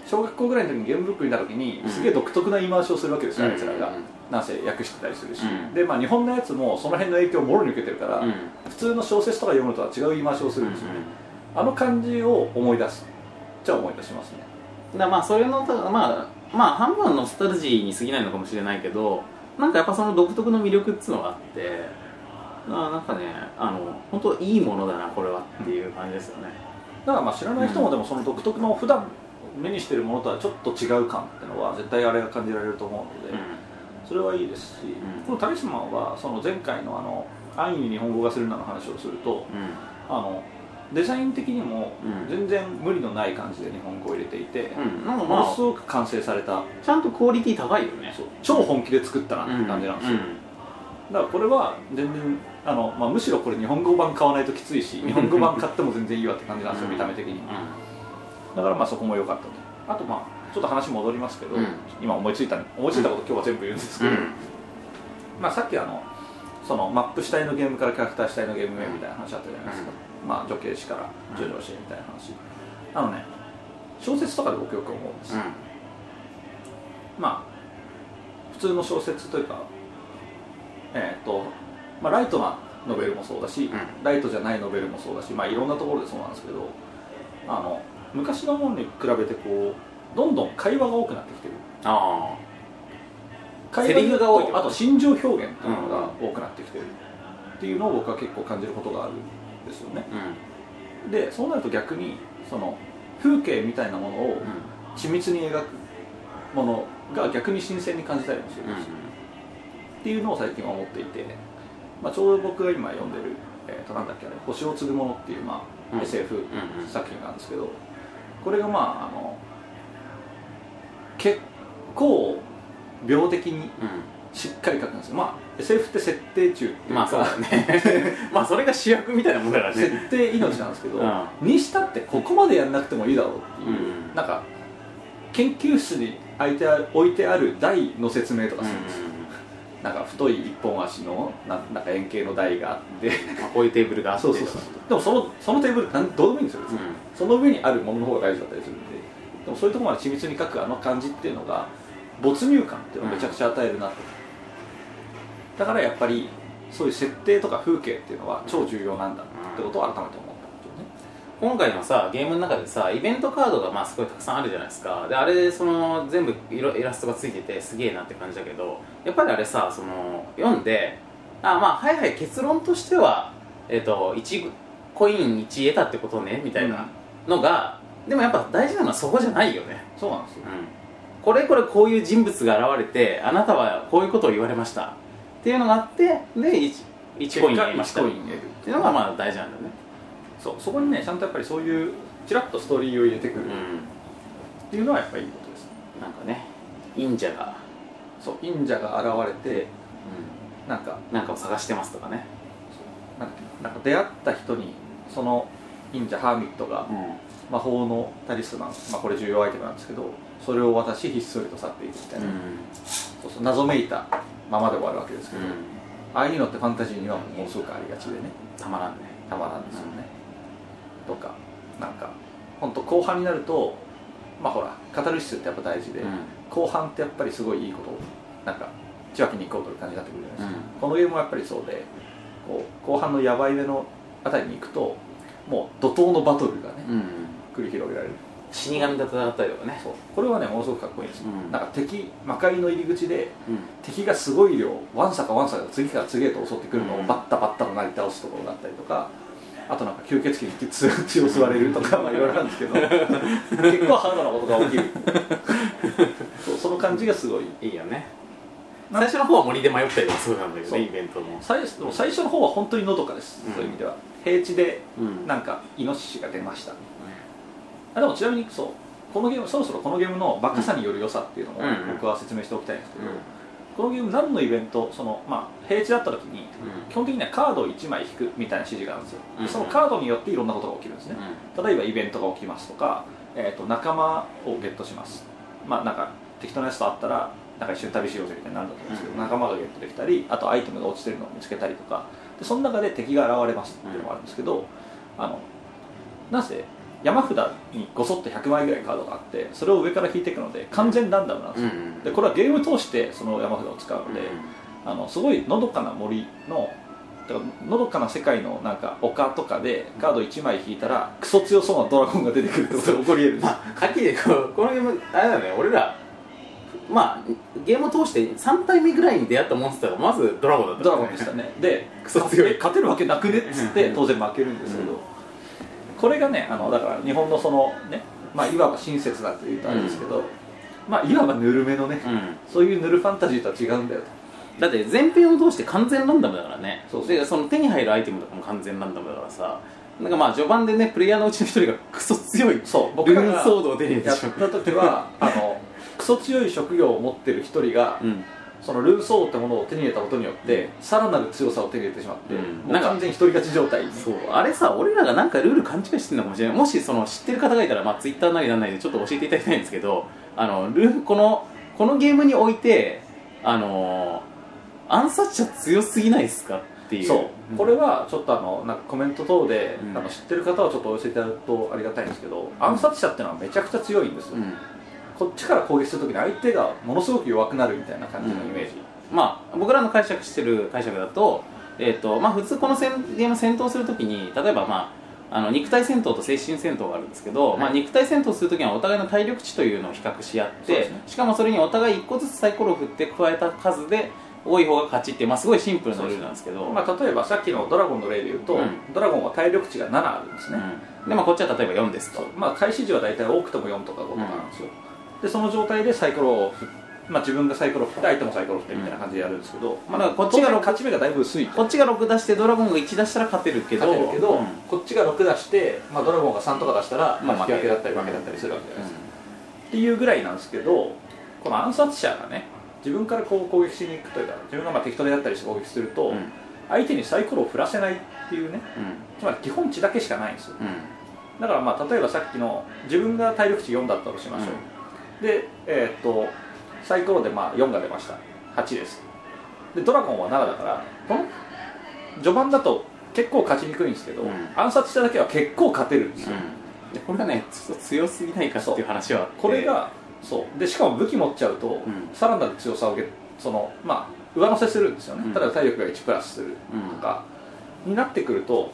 小学校ぐらいの時にゲームブック見た時に
うん
すげえ独特な言い回しをするわけですよ、
うん
あいつらが
うん
なんせ訳してたりするし、
うん
でまあ日本のやつもその辺の影響をもろに受けてるから、
うん
普通の小説とか読むとは違う言い回しをするんですよ、あの感じを思い出すじゃあ思い出しますね
だからまあそれのたまあまあ半分はノスタルジーに過ぎないのかもしれないけどなんかやっぱその独特の魅力っつうのがあってあなんかねあの本当いいものだなこれはっていう感じですよね
だからまあ知らない人もでもその独特の普段目にしてるものとはちょっと違う感ってのは絶対あれが感じられると思うので、それはいいですし、
ん
この「タリスマン」はその前回のあの「安易に日本語がするな」の話をすると
うん
あのデザイン的にも
うん
全然無理のない感じで日本語を入れていて、
うん、うん、なんか
も
ま
のす
あ
ごく完成された
ちゃんとクオリティ高いよね
そう超本気で作ったなって感じなんですよ、だからこれは全然あの、まあ、むしろこれ日本語版買わないときついし日本語版買っても全然いいわって感じなんですよ
うん
見た目的に
うん
だからまあそこも良かったとあとまあちょっと話戻りますけど、
うん
今思いついた思いついたこと今日は全部言うんですけど、まあ、さっきあのそのマップ主体のゲームからキャラクター主体のゲームへみたいな話あったじゃないですか、まあ、女系史から女上師へみたいな話あのね小説とかで僕よく思うんです、まあ普通の小説というかえっ、と、まあ、ライトなノベルもそうだし、
うん
ライトじゃないノベルもそうだしまあいろんなところでそうなんですけどあの昔のものに比べてこうどんどん会話が多くなってきてる
あ
会話
セリフが多い
とあと心情表現っていうのが多くなってきてるっていうのを僕は結構感じることがあるんですよね
あうん
でそうなると逆にその風景みたいなものを緻密に描くものが逆に新鮮に感じたりもするし、っていうのを最近は思っていて、まあ、ちょうど僕が今読んでる、えー、となんだっけあれ「星を継ぐもの」っていう、まあ
うん
SF
うんうん
作品なんですけどこれがまああの結構病的にしっかり書くんですよまあ SF って設定中っていうか、
まあそうだねまあそれが主役みたいなもんだからね
設定命なんですけど、
うん
にしたってここまでやんなくてもいいだろうっていう、
うん
なんか研究室に置いてある置いてある台の説明とかするんですよ、なんか太い一本足のななんか円形の台があって
まあこういうテーブルがあって
そうそうそうでもそのそのテーブルなんどうでもいいんですよ、別に
うん
その上にあるものの方が大事だったりするんででもそういうところまで緻密に書くあの感じっていうのが没入感っていうのをめちゃくちゃ与えるなと、だからやっぱりそういう設定とか風景っていうのは超重要なんだってことを改めて思ったんです
今回のさゲームの中でさイベントカードがまあすごいたくさんあるじゃないですかであれでその全部イライラストがついててすげえなって感じだけどやっぱりあれさその読んであまあはいはい結論としてはえっ、と1コイン1得たってことねみたい
うん
なのが、でもやっぱ大事なのはそこじゃないよね
よねそうなんですよ
これこれこういう人物が現れてあなたはこういうことを言われましたっていうのがあってで 1, 1コイン得ましたっ
コ
て
イン得る
いうのがまあ大事なんだよね
そうそこにねちゃんとやっぱりそういうちらっとストーリーを入れてく
う
る
ん
っていうのはやっぱりいいことです
なんかね忍者が、
そう忍者が現れてなんか
なんかを探してますとかね
なんかなんか出会った人にその忍者ハーミットが魔法のタリスマン、まあ、これ重要アイテムなんですけどそれを渡しひっそりと去っていくみたいな、そうそう謎めいたままで終わるわけですけど、ああいうのってファンタジーにはものすごくありがちでね
たまらんね
たまらんですよね、とかなんか本当後半になるとまあほらカタルシスってやっぱ大事で、後半ってやっぱりすごいいいことをなんか千秋に行こうという感じになってくるじゃないですか、このゲームはやっぱりそうでこう後半のヤバい目のあたりに行くともう怒涛のバトルがね、繰り広げられる
死神と戦ったりとかね
そうこれはねものすごくかっこいいんですよ、
うん
なんか敵魔界の入り口で敵がすごい量わんさかわんさか次から次へと襲ってくるのを
うん
バッタバッタとなり倒すところだったりとかあとなんか吸血鬼に血を血を吸われるとかまあいろいろなんですけ ど結構ハードなことが起きるそうその感じがすごい
いいよね最初の方は森で迷ったりとかそうなんだけど
そう
ねイベントも
最でも最初の方は本当にのどかです、
うん
そういう意味では平地で
うん
なんかイノシシが出ましたあでもちなみにそうこのゲームそろそろこのゲームのバカさによる良さっていうのも
うん
僕は説明しておきたいんですけど、このゲーム何のイベントその、まあ、平地だった時に基本的にはカードを1枚引くみたいな指示があるんですよ、で
うん
そのカードによっていろんなことが起きるんですね、例えばイベントが起きますとか、えー、と仲間をゲットしますまあなんか適当なやつと会ったらなんか一緒に旅しようぜみたいになるんだと思うんですけど、
うん
仲間がゲットできたりあとアイテムが落ちてるのを見つけたりとかでその中で敵が現れますっていうのがあるんですけど、あのなぜ山札にごそっと100枚ぐらいカードがあってそれを上から引いていくので完全ランダムなんですよ、
うん
でこれはゲーム通してその山札を使う
う
の
ん
で、あのすごいのどかな森のだからのどかな世界のなんか丘とかでカード1枚引いたらクソ強そうなドラゴンが出てくるってことが起こり得るんです
まあ、はっきり言うこのゲーム、あれだよね、俺ら、まあ、ゲームを通して3体目ぐらいに出会ったモンスターが、まずドラゴンだった、
ドラゴンでしたねで
クソ強い
え勝てるわけなくねっつって
うん
当然負けるんですけど、
うん
これがねあのだから日本のそのね、まあ、いわば親切だというとあれですけど、まあいわばぬるめのね、
うん、
そういうぬるファンタジーとは違うんだよと
だって前編を通して完全ランダムだからね
そうそう
でその手に入るアイテムとかも完全ランダムだからさなんかまあ序盤でねプレイヤーのうちの一人がクソ強い
そう僕
ル
ら
ーン
が
騒動を手に入れ
や
て
っ
しまう
た時 はあのクソ強い職業を持ってる一人が、
うん
そのルーソーってものを手に入れたことによってさらなる強さを手に入れてしまって、
うん
もう
なんか
完全に独り勝ち状態に
そうあれさ俺らがなんかルール勘違いしてるのかもしれないもしその知ってる方がいたら、まあ、ツイッターなりなんなりでちょっと教えていただきたいんですけどあのルーこのこのゲームにおいてあの暗殺者強すぎないですかっていう
そう
うん
これはちょっとあのなんかコメント等で、
うん
あの知ってる方はちょっとお寄せいただくとありがたいんですけど、暗殺者ってのはめちゃくちゃ強いんですよ、
うん
こっちから攻撃するときに相手がものすごく弱くなるみたいな感じのイメージ、
まあ、僕らの解釈してる解釈だと,、えーとまあ、普通この戦ゲーム戦闘するときに例えば、まあ、あの肉体戦闘と精神戦闘があるんですけど、
はい
まあ、肉体戦闘するときはお互いの体力値というのを比較し合っ
そうで
て、
すね
しかもそれにお互い1個ずつサイコロを振って加えた数で多い方が勝ちっていう、まあ、すごいシンプルなルールなんですけど。
まあ、例えばさっきのドラゴンの例で言うと、
うん
ドラゴンは体力値が7あるんですね、
うんでまあ、こっちは例えば4ですと、
まあ、開始時は大体多くても4とか5とかなんですよ、でその状態でサイコロを振っまあ、自分がサイコロを振って相手もサイコロを振ってみたいな感じでやるんですけど、
まあ
まあ、
だからこっ
こっ
ち
ち
が
が勝ち目がだいぶ薄い
こっちが6出してドラゴンが1出したら勝てるけど
勝てるけど、
うん
こっちが6出して、まあ、ドラゴンが3とか出したら、まあ、
まあ
引き分けだったり負けだったりするわけじゃないですか、っていうぐらいなんですけどこの暗殺者がね自分からこう攻撃しに行くというか自分がまあ適当でやったりして攻撃すると、
うんうん
相手にサイコロを振らせないっていうねつまり基本値だけしかないんですよ
う
だからまあ例えばさっきの自分が体力値4だったとしましょう、でえーっとサイコロでまあ4が出ました8ですでドラゴンは7だからこの序盤だと結構勝ちにくいんですけど、
うん
暗殺しただけは結構勝てるんですよ、
んでこれがねちょっと強すぎないかっていう話はあって
これがそうでしかも武器持っちゃうと、
ん
さらなる強さを受けそのまあ上乗せするんですよね、
うん
ただ体力が1プラスするとか、になってくると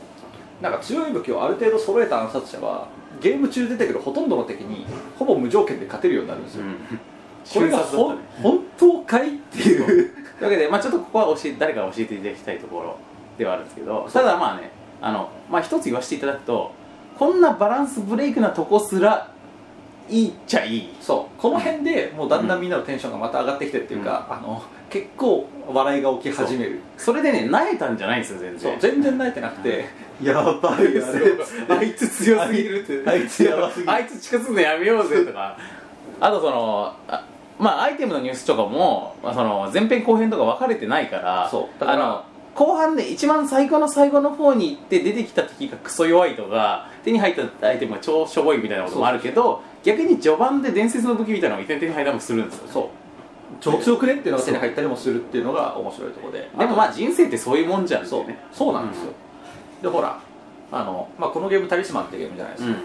なんか強い武器をある程度揃えた暗殺者はゲーム中出てくるほとんどの敵にほぼ無条件で勝てるようになるんです
う
よ、
ん
これが
瞬殺だ
ほ
っ
ん本当かいっていう
たというわけで、まあ、ちょっとここは教え誰かが教えていただきたいところではあるんですけどただまあねあの、まあ、一つ言わせていただくとこんなバランスブレイクなとこすらいいっちゃいい
そうこの辺でもうだんだんみんなのテンションがまた上がってきてっていうか、あの結構笑いが起き始める
それでね慣れたんじゃないんですよ全
そう
然
全然慣れてなくて、やば いやれ
あいつ強すぎるって
あいつやばすぎる
あいつ近づくのやめようぜとかあとそのあまあアイテムのニュースとかも、まあ、その前編後編とか分かれてないから
そうだから
あの後半で一番最後の最後の方に行って出てきた敵がクソ弱いとか手に入ったアイテムが超しょぼいみたいなこともあるけど逆に序盤で伝説の武器みたいなのが一点手に入ったりもするんですよ
そう超強くねっていうのが手に入ったりもするっていうのが面白いところで
でもま
あ
あ人生ってそういうもんじゃんって
と
い
そう
うね
そうなんですよ、でほらあの、まあ、このゲーム「タリスマン」ってゲームじゃないです
う
か、
ん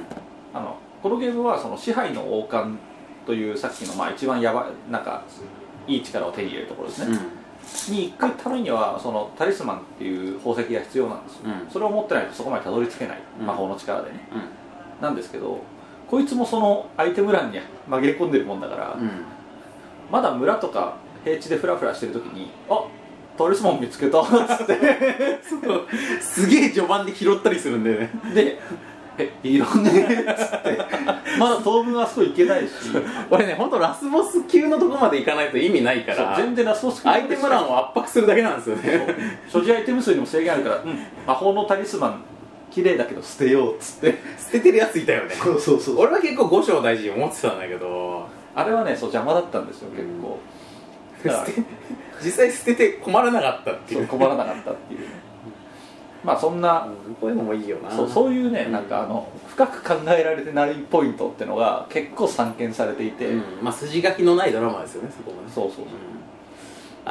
あのこのゲームはその支配の王冠というさっきのまあ一番やばいなんかいい力を手に入れるところです
うん
ね、に行くためにはそのタリスマンっていう宝石が必要なんですよ、
うん
それを持ってないとそこまでたどり着けない
うん
魔法の力でね、なんですけどこいつもそのアイテム欄に紛れ込んでるもんだから、
うんうん
まだ村とか平地でフラフラしてる時にあタリスマン見つけたっ つって
そうすげえ序盤で拾ったりするんだよね
でえいろんねっつってまだ当分あそこ行け ないし
俺ね本当ラスボス級のとこまで行かないと意味ないか
そう
ら
全然ラスボス
相手村
を
を圧迫するだけなんですよね
所持アイテム数にも制限あるから、うん魔法のタリスマン綺麗だけど捨てようっつって
捨ててるやついたよね
うそうそ
俺は結構五章大事に思ってたんだけど
あれはねそう邪魔だったんですよ結構、だ
捨
から
て実際捨てて困らなかったってい
そう
う
困らなかったっていうねまあそんな、
こういうのもいいよな
そうそういうねなんかあの深く考えられてないポイントってのが結構散見されていて、
うんまあ筋書きのないドラマですよねそこもね
そうそうそう
うん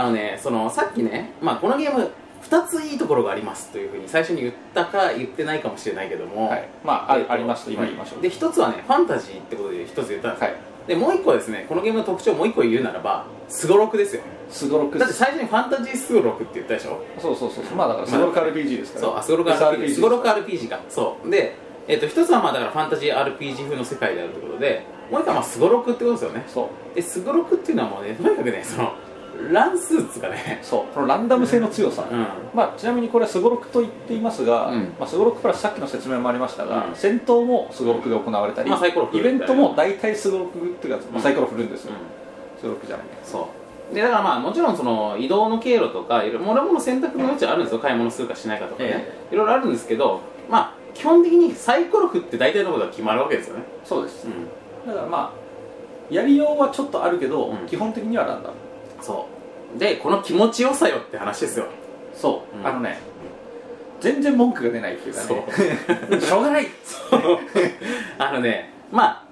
あのねそのさっきねまあこのゲーム2ついいところがありますというふうに最初に言ったか言ってないかもしれないけども、
はいまああ
えっ
る
と
ありますと今言いましょう
で1つはねファンタジーってことで1つ言ったんですよ
はい
でもう1個はですねこのゲームの特徴をもう1個言うならばすごろくですよ
すごろく
だって最初にファンタジーすごろくって言ったでしょ
そうそうそうそうまあだからすごろく RPG ですから
そうあすごろく
SRPG
RPG すごろく RPG かそうで、えっと1つはまあだからファンタジー RPG 風の世界であるということでもう1個はまあすごろくってことですよね
そう
ですごろくっていうのはもうねとにかくねその乱数っつうかね
そうこのランダム性の強さ、
うん
まあ、ちなみにこれはすごろくと言っていますが
うん
まあすごろくプラスさっきの説明もありましたが、
うん
戦闘もすごろくで行われたり、
まあサイコロ振
イ
る
ベ
み
ン
たいな
トも大体すごろくっていうか、まあ、サイコロ振るんです
う
よ
ん
すごろくじゃないね
そうでだからまあもちろんその移動の経路とかいろもろもろ選択の余地はあるんですよ買い物するかしないかとかね、
え
いろいろあるんですけどまあ基本的にサイコロ振って大体のことが決まるわけですよね
そうです
う、ん
だからまあやりようはちょっとあるけど、
うん
基本的にはランダム
そうでこの気持ちよさよって話ですよ
そう、
うん
あのね全然文句が出ないっていうかね しょうがない
あのねまあ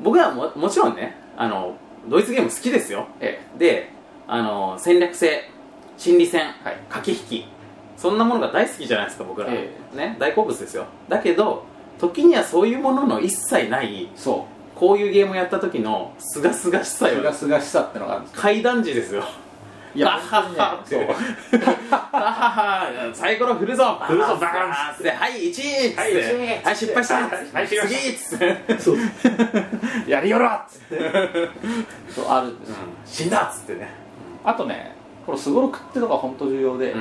僕らももちろんねあのドイツゲーム好きですよ
え
であの戦略性心理戦、
はい
駆け引きそんなものが大好きじゃないですか僕ら、
え
ね大好物ですよだけど時にはそういうものの一切ない
えそ
こういうゲームをやった時のすがすがし
う
さ
すが
よ
すがしさってのがあるんです
階段時ですよ
い
ははは
そう
はサイコロ振るぞ
振るぞ
バーンってはい1っつって
はい1
はい失敗した
はい失敗し
次っつって
そうやりよるわっつってそうあるんですよ、
死んだっつってね
あとねこのすごろくってのが本当重要で、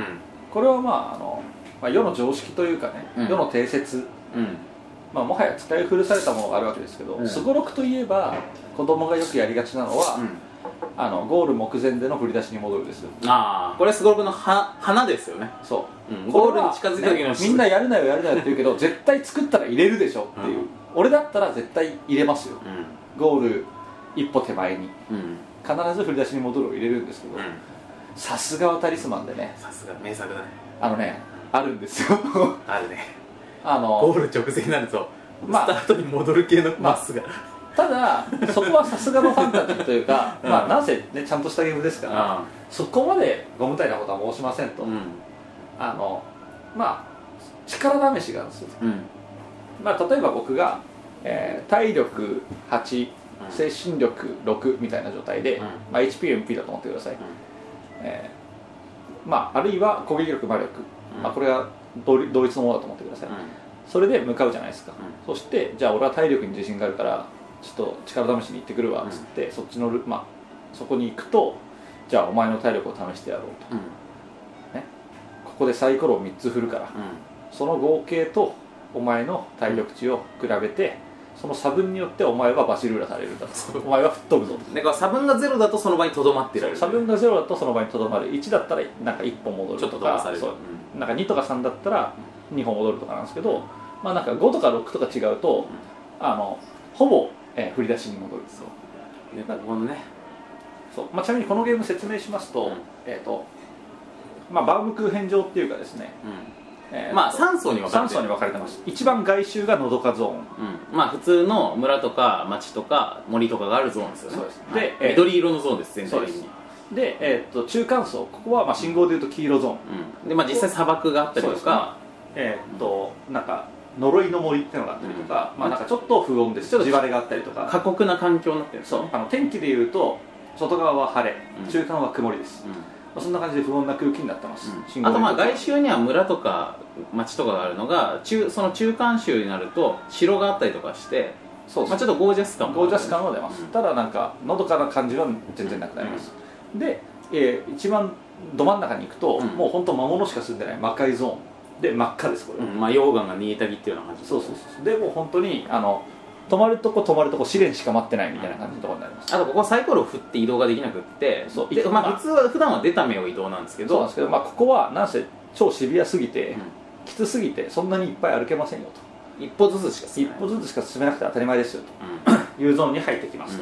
これはまああの、まあ、世の常識というかね、
うん
世の定説、
うん
まあ、もはや使い古されたものがあるわけですけ
う
ど
ん
すごろくといえば子供がよくやりがちなのは、
うん
あのゴール目前での振り出しに戻るですよ
ああこれすごろくのは花ですよね
そうう、
ん
これ
ゴー
は
ルに近づく時の
ねみんなやるなよやるなよって言うけど絶対作ったら入れるでしょっていう、
うん
俺だったら絶対入れますよ
う
ゴール一歩手前に
んうん
必ず振り出しに戻るを入れるんですけどさすがはタリスマンでね
さすが名作だね
あのねあるんですよ
あるね
あ
ゴ
の
ール直前になると
まあ
スタートに戻る系の
ま
ま
あ
っすぐ
ただそこはさすがのファンタジーというか、
うん
まあなぜねちゃんとしたゲームですから
あ
そこまでご無体なことは申しませんと、
うん
あのまあ力試しがあるんですよ
うん
まあ、例えば僕が、えー体力8
うん
精神力6みたいな状態で、
うん
まあ、HPMP だと思ってください、えーまあ、あるいは攻撃力魔力、
うん
まあ、これは同率同率のものだと思ってください、それで向かうじゃないですか、
ん
そしてじゃあ俺は体力に自信があるからちょっと力試しに行ってくるわっつって、そっちのル、まあ、そこに行くとじゃあお前の体力を試してやろう
う
と
ん
ここでサイコロを3つ振るからその合計とお前の体力値を比べてその差分によってお前はバシルーラされるんだとお前は吹っ飛ぶぞ
うんだから差分がゼロだとその場にとどまってられる
差分が0だとその場にとどまる1だったらなんか1本戻る
ちょっ
と
と飛
か
ばされる
そう
う
なんか2とか3だったら2本戻るとかなんですけど、まあ、なんか5とか6とか違うとあのほぼ、えー振り出しに戻るそう
でここのね
う、まあ、ちなみにこのゲーム説明しますと,、
うん
えーとまあ、バウムクーヘン状っていうかですね、えーと
まあ3層に分かれ
三
て
層に分かれてます一番外周がのどかゾーン
うんまあ普通の村とか町とか森とかがあるゾーンですよね
そうです
はい
でえー
緑色のゾーンです全体的
そう
に
でで、えーっと中間層ここはまあ信号でいうと黄色ゾーン、
うんでまあ実際砂漠があったりとか
えーっとなんか呪いの森ってのがあったりとか、まあなんかちょっと不穏ですちょっと地割れがあったりと
過
か
酷な環境になってるんです
そう
ね
あの天気でいうと外側は晴れ、
うん
中間は曇りです、
うん
まあ、そんな感じで不穏な空気になってます、信号
あ
で
と
いう
まあ外周には村とか町とかがあるのが中その中間州になると城があったりとかして、
そうそう
まあ、ちょっとゴージャス感も
ゴージャス感は出ます、
うん
ただなんかのどかな感じは全然なくなります、で、えー一番ど真ん中に行くと、
うん
もう本当魔物しか住んでない魔界ゾーンで真っ赤ですこれ、
うんまあ、溶岩が煮えたぎっていうような感じ
そうそうそうでもう本当にあの泊まるとこ泊まるとこ試練しか待ってないみたいな感じのところになります、
あとここサイコロを振って移動ができなくって
そう
で、
ま
ま
あ
あ、普通は普段は出た目を移動なんですけ
そうなん
ど
ですけど、まあ、ここはなんせ超シビアすぎて、
うん
きつすぎてそんなにいっぱい歩けませんよと
一歩ずつしか進
一
まない
歩ずつしか進めなくて当たり前ですよ
うん
というゾーンに入ってきます、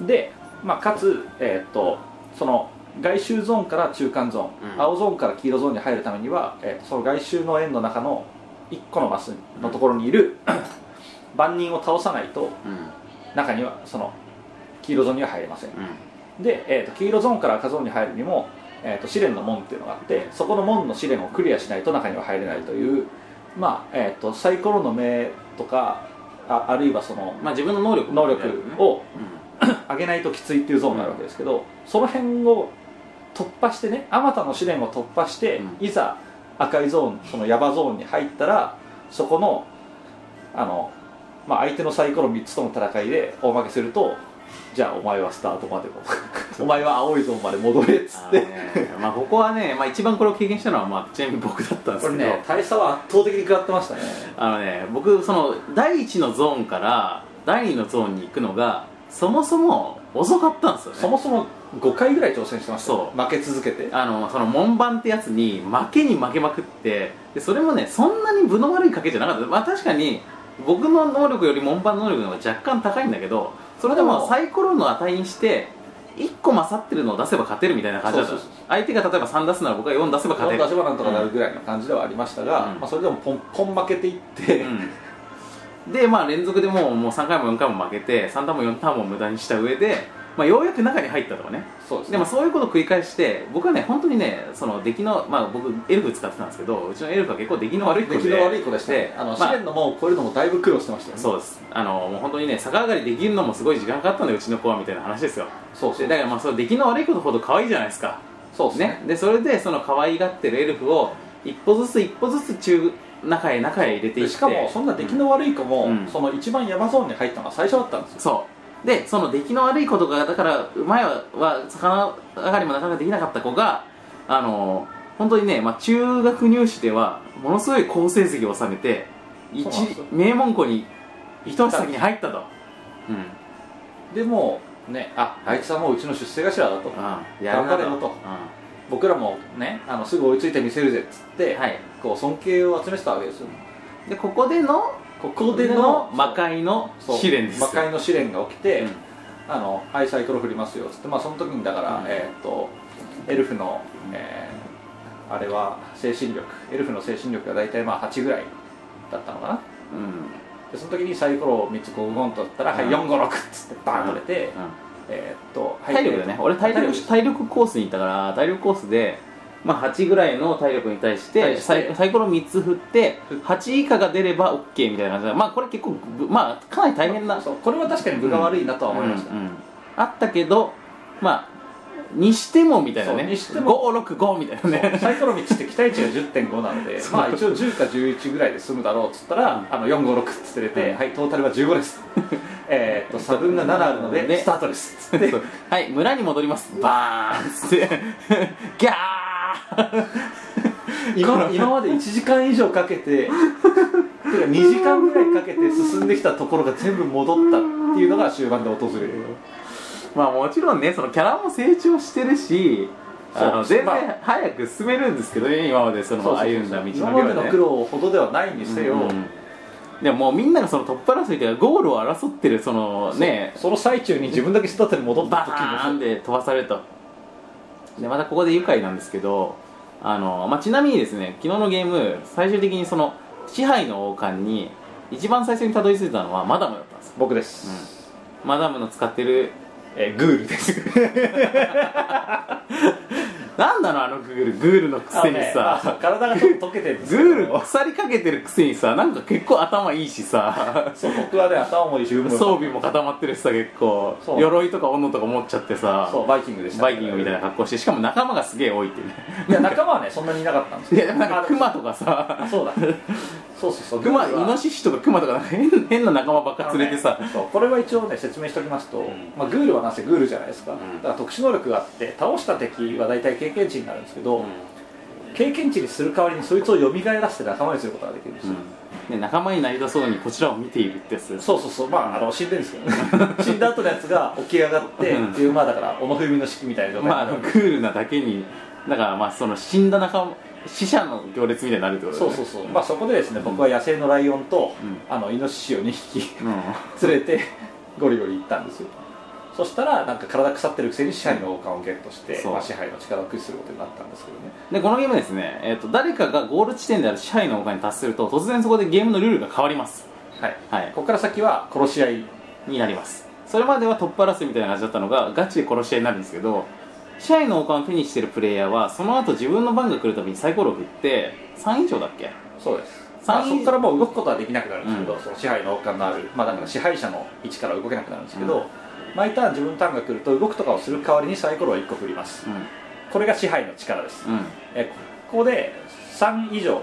で、まあ、かつ、えーっとその外周ゾーンから中間ゾーン、
うん
青ゾーンから黄色ゾーンに入るためには、えーその外周の円の中の1個のマスのところに いる万人を倒さないと
うんうん
中にはその黄色ゾーンには入れませんで、えー、と黄色ゾーンから赤ゾーンに入るにもえー、と試練の門っていうのがあってそこの門の試練をクリアしないと中には入れないという、まあえー、とサイコロの目とかああるいはその
まあ自分の能力も
能
ね
力を
う
上げないときついっていうゾーンになるわけですけど、その辺を突破してねあまたの試練を突破して、
うん
いざ赤いゾーンそのヤバゾーンに入ったらそこのあの、まあ、相手のサイコロ3つとの戦いで大負けするとじゃあお前はスタートま でもお前は青いゾーンまで戻れっつ
あ
っ
の
て
ねまあここはね、まあ、一番これを経験したのは、まあ、ちなみに僕だったんですけど、
大差は圧倒的に食らってましたね
あのね僕その第一のゾーンから第二のゾーンに行くのがそもそも遅かったんですよね
そもそも5回ぐらい挑戦してましたよ負け続けて
あのその門番ってやつに負けに負けまくってでそれもねそんなに分の悪い賭けじゃなかったまあ確かに僕の能力より門番の能力の方が若干高いんだけどそれで
で
も
も
サイコロの値にして1個勝ってるのを出せば勝てるみたいな感じだったんです
そうそう
相手が例えば3出すなら僕が4出せば勝てる
4出せばなんとかなるぐらいの感じではありましたが、
うん
まあ、それでもポンポン負けていって、
うんでまあ連続でもうもう3回も4回も負けて3ターンも4ターンも無駄にした上で、まあ、ようやく中に入ったとかね
そうですね
でもそういうことを繰り返して僕はね本当にねその出来のまあ僕エルフ使ってたんですけどうちのエルフは結構出来の悪い子で
出来の悪い子でしたね
で
あの、
まあ
試練の門を超えるのもだいぶ苦労してましたよね
そうですあのもう本当にね逆上がりできるのもすごい時間かかったのでうちの子はみたいな話ですよ
そうそう
でだからまあその出来の悪いことほど可愛いじゃないですか
そうですね
ね、でそれでその可愛がってるエルフを一歩ずつ一歩ずつ中中へ中へ入れていっ
で
て
しかもそんな出来の悪い子も、
うん
その一番ヤバゾーンに入ったのが最初だったんですよ
そうでその出来の悪いことがだから前はは魚上がりもなかなかできなかった子があの本当にね、まあ、中学入試ではものすごい好成績を収めて一
そうなんですよ
名門校に一足先に入ったと、うんうん、
でもうねああいつはもううちの出世頭だと
やるな
頑張れよと
う
僕らもねあのすぐ追いついてみせるぜっつって、
ん、はい
こう尊敬を集めてたわけですよ
でここでのこ
ここ
こ
で
での
の
魔界の
そう
試練ですよ
魔界の試練が起きて、
うん
あの「はいサイコロ振りますよ」っつって、まあ、その時にだから、
うん
えーっとエルフの、えーあれは精神力エルフの精神力が大体まあ8ぐらいだったのかな
うんうん
でその時にサイコロを3つゴンゴンと打ったら「はい
うん
456」っつってバーンと出て、えーっと、はい
体力だね、俺体力体力コースに行ったから体力コースで、まあ、8ぐらいの体力に対して
対して
サイサイコロ3つ振って
振っ
8以下が出れば OK みたいな感じだまあこれ結構ぶまあかなり大変な
そうこれは確かに分が悪いなとは思いました、
うんうんあったけどまあにしてもみたいなね
そうにしても
565みたいな
そう
ね
サイコロ3つって期待値が10.5なので
そう
まあ一応10か11ぐらいで済むだろうっつったら、あの456っつって出て、
うん
はいトータルは15です えーっと差分が7あるので
で
スタートですっつっ て
そうはい村に戻りますバーンっつって ギャー
今今まで1時間以上かけてて か2時間ぐらいかけて進んできたところが全部戻ったっていうのが終盤で訪れる
まあもちろんねそのキャラも成長してるし
そう
あの全
まあ
然早く進めるんですけどね今までその歩んだ道のり
今まで
は
の
ね
苦労ほどではないにせよ、
うんでももうみんながそのトップ争いというかゴールを争ってるそのね
その最中に自分だけスタートに戻った
バ
時
ーン
も
で飛ばされるとでまたここで愉快なんですけどあの、まあ、ちなみにですね昨日のゲーム最終的にその支配の王冠に一番最初にたどり着いたのはマダムだったんですよ
僕です、
マダムの使ってる
えーグールです
なんなのあのグールグールのくせにさ、
あのねあ体がちょっと溶けてるんです
グ
けど
ール腐りかけてるくせにさなんか結構頭いいし さ
そう僕はね頭もいいし運も
装備も固まってるしさ結構
そう
鎧とか斧とか持っちゃってさ
そうバイキングでした
バイキングみたいな格好してしかも仲間がすげえ多いっていうね
いや仲間はねそんなにいなかったんで す
いや
よ
でもなんか
あ
クマとかさ
そうだそうそうそう
クマ
グ
イ
ールは
ノシシとかクマとかなんか変変な仲間ばっか連れてさ、
あのねそうこれは一応ね説明しておきますと、
ん
まあ、グールはなぜグールじゃないですか、
ん
だから特殊能力があって倒した敵は大体経験値になるんですけど、経験値にする代わりにそいつを蘇らせて仲間にすることができるんですよ、
ね、仲間になりたそうにこちらを見ているってやつ
そうそうそうまああの死んでるんですけどね 死んだ後のやつが起き上がって
うん
っていうまあだから小野文の式みたいな状態
まあ
に
あ
な
の
る、
クールなだけにだからまあその死んだ仲間死者の行列みたいになるってことだよ
そう
ね
そうそう、まあ、そこでですね僕は野生のライオンと、
うん
あのイノシシを2匹
うん
連れて ゴリゴリ行ったんですよそしたらなんか体腐ってるくせに支配の王冠をゲットして、
そう
まあ、支配の力を駆使することになったんですけどね
でこのゲームですね、えー、と誰かがゴール地点である支配のお金に達すると突然そこでゲームのルールが変わります
はい、
はい
ここから先は殺し合い
になりますそれまではトップ争いみたいな感じだったのがガチで殺し合いになるんですけど支配の王冠を手にしてるプレイヤーはその後自分の番が来るたびにサイコロを振って3以上だっけ
そうです
三
まあそこからもう動くことはできなくなるんですけど、
うん
その支配の王冠のある、まあ、だから支配者の位置から動けなくなるんですけど、毎ターン自分のターンが来ると動くとかをする代わりにサイコロを1個振ります
う
これが支配の力です、
んうん
えここで3以上、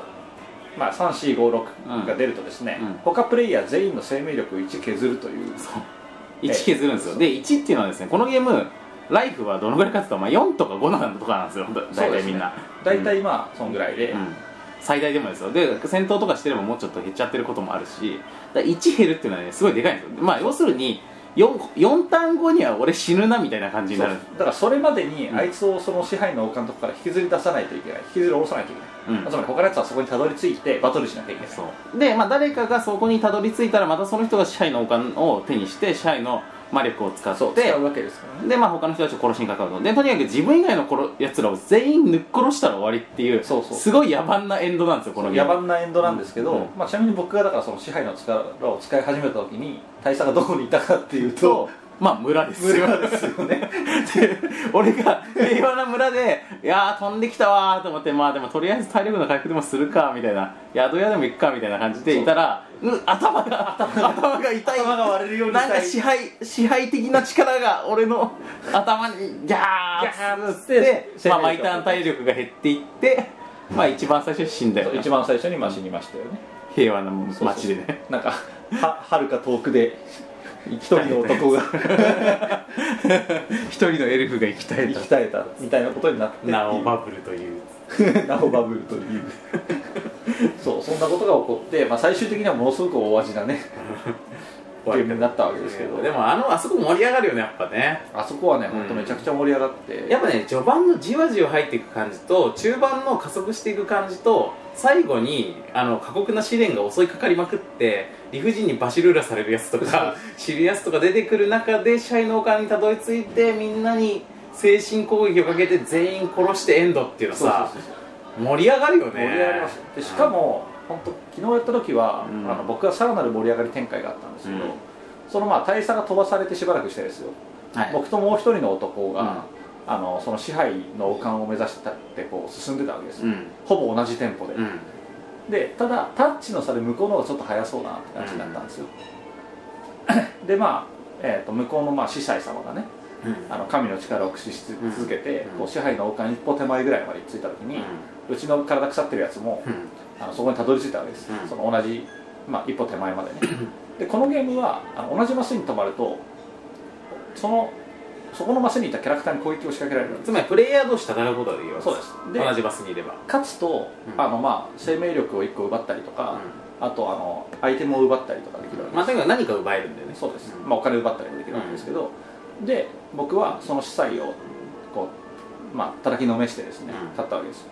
まあ、3456が出るとですね、
うんうん
他プレイヤー全員の生命力を1削るというええ
1削るんですよで1っていうのはですねこのゲームライフはどのぐらいかっていうと、まあ、4とか5なんとかなんですよだ
そ
大
うで
体
すね
みんな、
大体まあそんぐらいで、
うん、最大でもですよで戦闘とかしてればもうちょっと減っちゃってることもあるしだ1減るっていうのはねすごいでかいんですよまあ要するに 4, 4ターン後には俺死ぬなみたいな感じに
そ
な
う
る
だからそれまでに
うん
あいつをその支配の王冠のとこから引きずり出さないといけない引きずり下ろさないといけない、
うん
まあつまり他のやつはそこにたどり着いてバトルしなきゃいけない
そうで、まあ、誰かがそこにたどり着いたらまたその人が支配のお金を手にして支配の魔力を使っ
そう
て
使うわけですからね
で、まあ、他の人たちを殺しにかかるとでとにかく自分以外の殺やつらを全員ぬっ殺したら終わりっていう
そうそう
すごい野蛮なエンドなんですよこのゲー
野
ム
蛮なエンドなんですけど、
うん
まあ、ちなみに僕がだからその支配の力を使い始めた時に大佐がどこにいたかっていうと
とまあ村ですよ
村ですよね
で俺が平和な村で「いやー飛んできたわ」と思ってまあでもとりあえず体力の回復でもするかみたいな宿屋でも行くかみたいな感じでいたらう頭が頭が痛い
頭が割れるように
なんか
い
支配支配的な力が俺の頭にギャーッつっ
ギャー
て
ッつっ
ってて、まあ、毎ターン体力が減っていってまあ一番最初に死んだよ、
そう
ね、
一番最初にまあ死にましたよね
平和な
そうそう
街でね
なんかはるか遠くで一人の男が
一人のエルフが生きた
生
い
き絶えたみたいなことになって
なおバブルという
ナオバブルというそうそんなことが起こって、まあ、最終的にはものすごく大味なねゲームになったわけですけど
でもあのあそこ盛り上がるよねやっぱね
あそこはね本当めちゃくちゃ盛り上がって、
やっぱね序盤のじわじわ入っていく感じと中盤の加速していく感じと最後にあの過酷な試練が襲いかかりまくって理不尽にバシルーラされるやつと か知るやつとか出てくる中でシャイの丘にたどり着いてみんなに精神攻撃をかけて全員殺してエンドっていうの
そうそう
さ
そうそう
盛り上がるよね
盛り上がりましたでしかも本当昨日やった時は、
うん
あの僕はさらなる盛り上がり展開があったんですけど、
うん
そのまあ大佐が飛ばされてしばらくしてですよ、
はい
僕ともう一人の男が、あのその支配の王冠を目指してたってこう進んでたわけですよ、
うん
ほぼ同じテンポで、
うん
でただタッチの差で向こうの方がちょっと早そうなって感じになった んですよ、でまあえー、と向こうのまあ司祭様がね
うん
あの神の力を駆使し続けて、
うん
こう支配の王冠一歩手前ぐらいまで着いた時に、うちの体腐ってるやつも
うん
あのそこにたどり着いたわけです、
うん
その同じ、まあ、一歩手前ま でねでこのゲームはあの同じマスに止まるとそのそこのマスにいたキャラクターに攻撃を仕掛けられるんです
つまりプレイヤー同士戦うことができるわけ
そうですで
同じバスにいれば
勝つと、
うん
あのまあ、生命力を1個奪ったりとか、あとあのアイテムを奪ったりとかできるわけ
まあ、と
で
にかく何か奪えるんだよね
す、そうです、
うん
まあ、お金奪ったりもできるわけですけど、で僕はその司祭をこう、まあ叩きのめしてですね
うん
勝ったわけですよ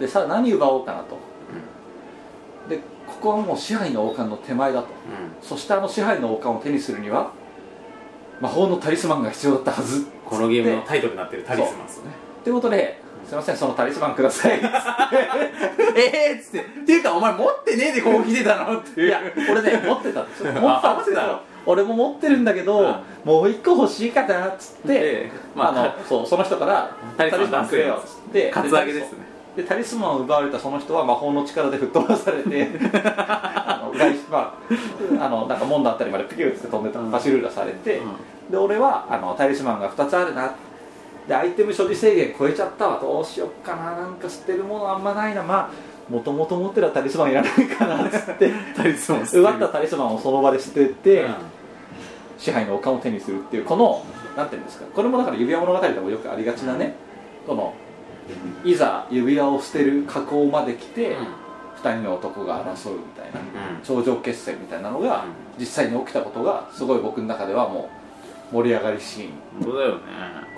でさあ何奪おうかなとでここはもう支配の王冠の手前だとそしてあの支配の王冠を手にするには魔法のタリスマンが必要だったはず
このゲームのタイトルになってるタリスマンですよね
ということで「すいませんそのタリスマンく ださい」
ええー、っつってっていうかお前持ってねえでここ来てたのって
い
い
や
や
俺ね持ってたんですよ持ってた
あ
ん
持って
ですけ
た
ど
の
俺も持ってるんだけど、
うん
もう一個欲しいかなっつって、
まあ
あのそうその人から
タリスマン
くれよっつって
カツアゲですね
でタリスマンを奪われたその人は魔法の力で吹っ飛ばさ れてあの外出まああのなんか門のあたりまでピューって飛んでた
うん
パシルーラされて、
う
で俺はあのタリスマンが2つあるなでアイテム所持制限超えちゃったわどうしよっかななんか捨てるものあんまないなまあもともと持ってるタリスマンいらないかなっつって
タリスマン
奪ったタリスマンをその場で捨てて、
うん
支配のお金を手にするっていうこのなんていうんですかこれもだから指輪物語でもよくありがちなねこのいざ指輪を捨てる河口まで来て、2人の男が争うみたいな頂上決戦みたいなのが
う
実際に起きたことがすごい僕の中ではもう盛り上がりシーン
うんそうだよね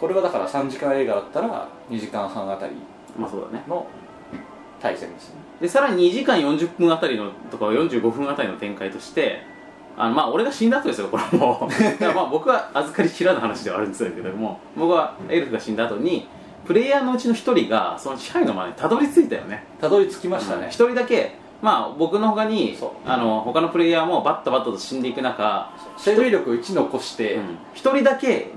これはだから3時間映画だったら2時間半あたり
まあそうだね
の対戦ですね
でさらに2時間40分あたりのとか45分あたりの展開としてあのまあ俺が死んだ後ですよこれ もだからまあ僕は預かり知らぬ話ではあるんですけども僕はエルフが死んだ後にプレイヤーのうちの一人がその支配の間にたどり着いたよね
たどり着きました
うん
ね
一、人だけまあ僕のほかに
そう
あの他のプレイヤーもバッタバッタと死んでいく中
生命力を1残して、
うん一人だけ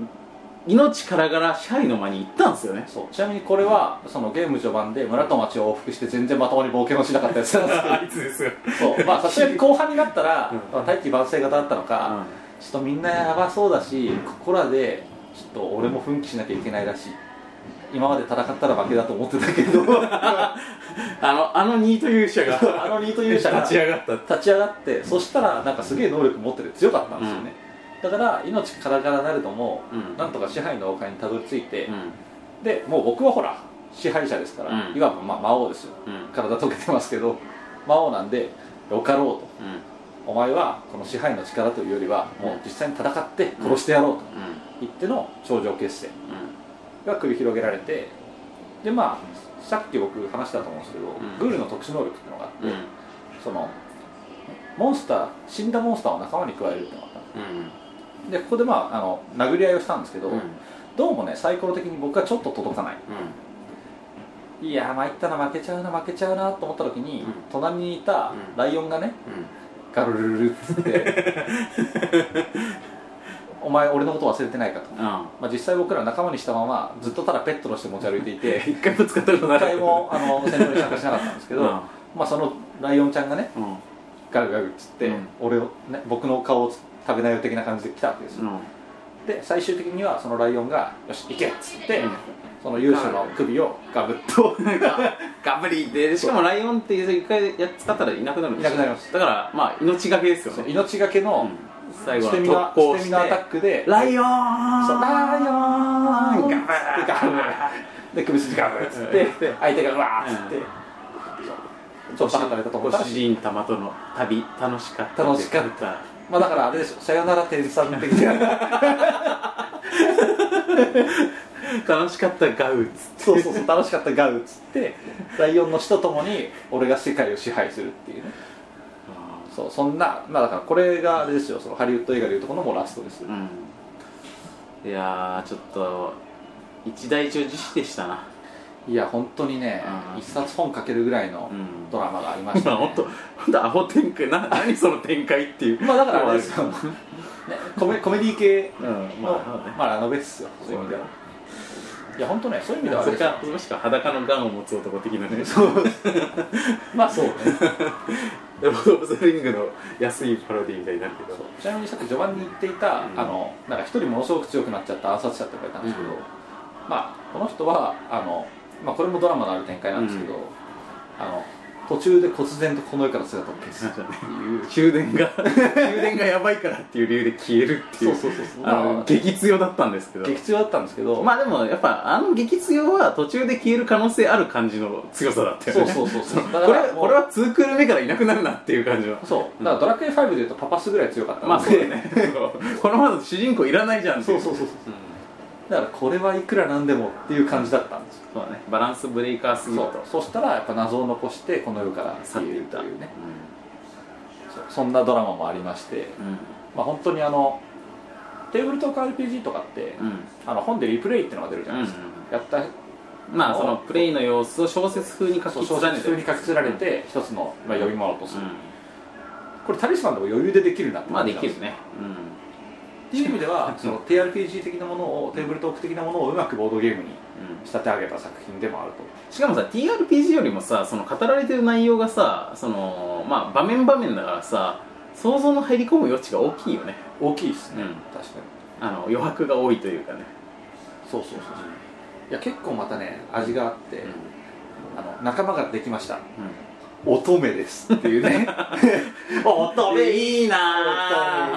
命からがら支配の間に行ったんですよね
そうちなみにこれはそのゲーム序盤で村と町を往復して全然まともに冒険をしなかったやつなんですけど
あいつですよ、
そうまあさすがに後半になったら
うん、
まあ大器晩成型だったのか、ちょっとみんなやばそうだしここらでちょっと俺も奮起しなきゃいけないらしい今まで戦ったら負けだと思ってたけどあ
あのあの2という者が
のニート勇者が
立ち上がった
立ち上がってそしたらなんかすげえ能力持ってて強かったんですよね、だから命からがらなれども、
うん
なんとか支配の王冠にたどり着いて、
うん
でもう僕はほら支配者ですから、
うん
いわばまあ魔王ですよ
うん
体溶けてますけど魔王なんでよかろうと
うん
お前はこの支配の力というよりはもう実際に戦って殺してやろうと言っての頂上決戦
う
が繰り広げられてでまあさっき僕話したと思うんですけど、
ん
グールの特殊能力っていうのがあって、
んうん
そのモンスター死んだモンスターを仲間に加えるっていうのがあったんで
うん
すでここでまああの殴り合いをしたんですけど、
うん
どうもねサイコロ的に僕はちょっと届かないいやー参ったな負けちゃうな負けちゃうなと思った時に、
うん
隣にいた
うん
ライオンがね、ガルルルルっつって お前俺のこと忘れてないかと、
うん
まあ、実際僕ら仲間にしたままずっとただペットとして持ち歩いていて
一回も使ったことない
一回もあの戦闘に参加しなかったんですけど、
うん
まあ、そのライオンちゃんがね
うん
ガルガルっつって、
うん
俺を、ね、僕の顔を食べなよ的な感じで来たわけですよ、
うん
で最終的にはそのライオンが「よし行け!」っつって、
うん
その勇者の首をガブッと
ガブリでしかもライオンって一回やっ使ったらいなくなるんですよ
いなくなります
だからまあ命がけですよね
命がけの
最
捨
後
て身
の
な
特攻
捨
して
て身なアタックで
ライオ
そう
ン
ライオン
ガ
ガ
ブー
ブー で首筋ガブーっつって相手がうわーっつって
う
ちょっと働いたと思
ご
ったら
主人様との旅楽しかった
楽しかったまあだからあれでしょさよなら天さん的な
楽しかったガウっつって
そうそうそう楽しかったガウっつって ライオンの死とともに俺が世界を支配するっていうねそうそんなまあだからこれがあれですよそのハリウッド映画でいうとこのもうラストです、
うんいやーちょっと一大一を辞してしたない
や本当にね
うん
一冊本書けるぐらいの
うん
ドラマがありました
今
ね、
ほんとほんとアホ展開 な何その展開っていう
まあだからあれです
そ
よ、
う
ね、コメコメディ系
うんま
の、
あね
まあラノベっすよそういう意味では
そ
いや本当ねそういう意味ではあ
そ
れ
れ
ですよ
かもしくは裸のガンを持つ男的なね
まあそうね
ロード・オブ・ザ・リングの安いパロディみたいになるけど
ちなみにさっき序盤に言っていた、
うん
あのなんか一人ものすごく強くなっちゃった暗殺者って書いたんですけど、
うん
まあこの人はあの、まあ、これもドラマのある展開なんですけど、あの途中で忽然とこの世から姿を消すって いう
終電が終電がやばいからっていう理由で消えるっていう
そうそうそうそう
あ
まあ
の激強だったんですけど
激強だったんですけど、
まあでもやっぱあの激強は途中で消える可能性ある感じの強さだったよね
そうそう そうそう
これ
もう
これは2クール目からいなくなるなっていう感じは
そうだからドラクエ5でいうとパパスぐらい強かった
まあそうだ
ね
ね このままだと主人公いらないじゃんってい
そうそうそうそう
うん
だからこれはいくらなんでもっていう感じだったんですよ
そうだねバランスブレイカーすぎる
そう
と
そしたらやっぱ謎を残してこの世から去っていったというね
う
そうそんなドラマもありまして、
んうん
まあ、本当にあのテーブルトーク RPG とかって、
うん
あの本でリプレイっていうのが出るじゃないですか、
うんう
やった
まあそのプレイの様子を小説風に書
そう
き連
小
ね
説
て
風に書き連られて一つの、まあ、読み物とする、これタリスマンでも余裕でできるなって
うんまあ
感
で
じなん
き
です
るねうん
っていう意味で はその TRPG 的なものをテーブルトーク的なものをうまくボードゲームに
うん
仕立て上げた作品でもあると
しかもさ TRPG よりもさその語られてる内容がさそのまあ場面場面だからさ想像の入り込む余地が大きいよね
大きいですね、
うん
確かに
あの余白が多いというかね
そうそうそうそういや結構またね味があって、あの仲間ができました
う
乙女ですっていうね乙
ん、いいなぁ
乙女いいな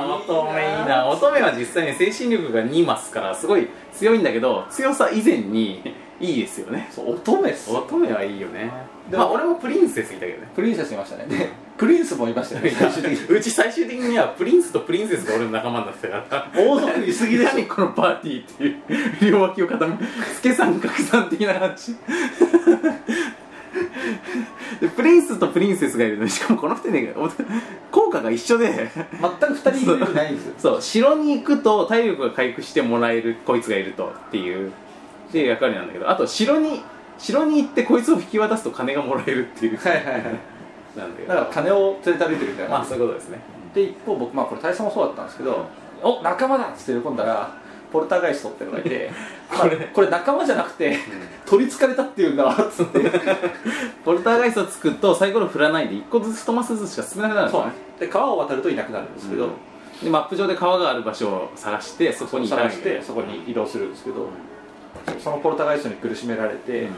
ぁ
乙女いいなぁ乙女は実際に精神力が2マスからすごい強いんだけど強さ以前にいいですよね
そう乙女っす
乙女はいいよね
でも
まあ俺もプリンセスいたけどね
プリンセスいましたねでプリンスもいましたよね最終的に
うち最終的にはプリンスとプリンセスが俺の仲間になってたから
王族いすぎでし
何このパーティーっていう両脇を固め助さん格さん的な感じでプリンスとプリンセスがいるのにしかもこの2人ねお効果が一緒で
ょ全く二人いる意味ないんですよ
そう城に行くと体力が回復してもらえるこいつがいるとっていうっていう役割なんだけどあと城に城に行ってこいつを引き渡すと金がもらえるっていう
はいはいはい
なんだけ
だから
ど
金を連れて歩いてるみたいな、
まあそういうことですね
で一方僕まあこれ大佐もそうだったんですけど「お仲間だ!」っつって喜んだらポルターガイストってのがいてこれこれ仲間じゃなくて、取りつかれたっていうんだっつって
ポルターガイストつくとサイコロ振らないで1個ずつ1マスずつしか進めなくなるんです
そう
よね
で川を渡るといなくなるんですけど、
うんでマップ上で川がある場所を探してそこに行かなき
探
ゃい
し
けな
て
い
そこに移動するんですけど、
うん
そのポルターガイストに苦しめられて、
うん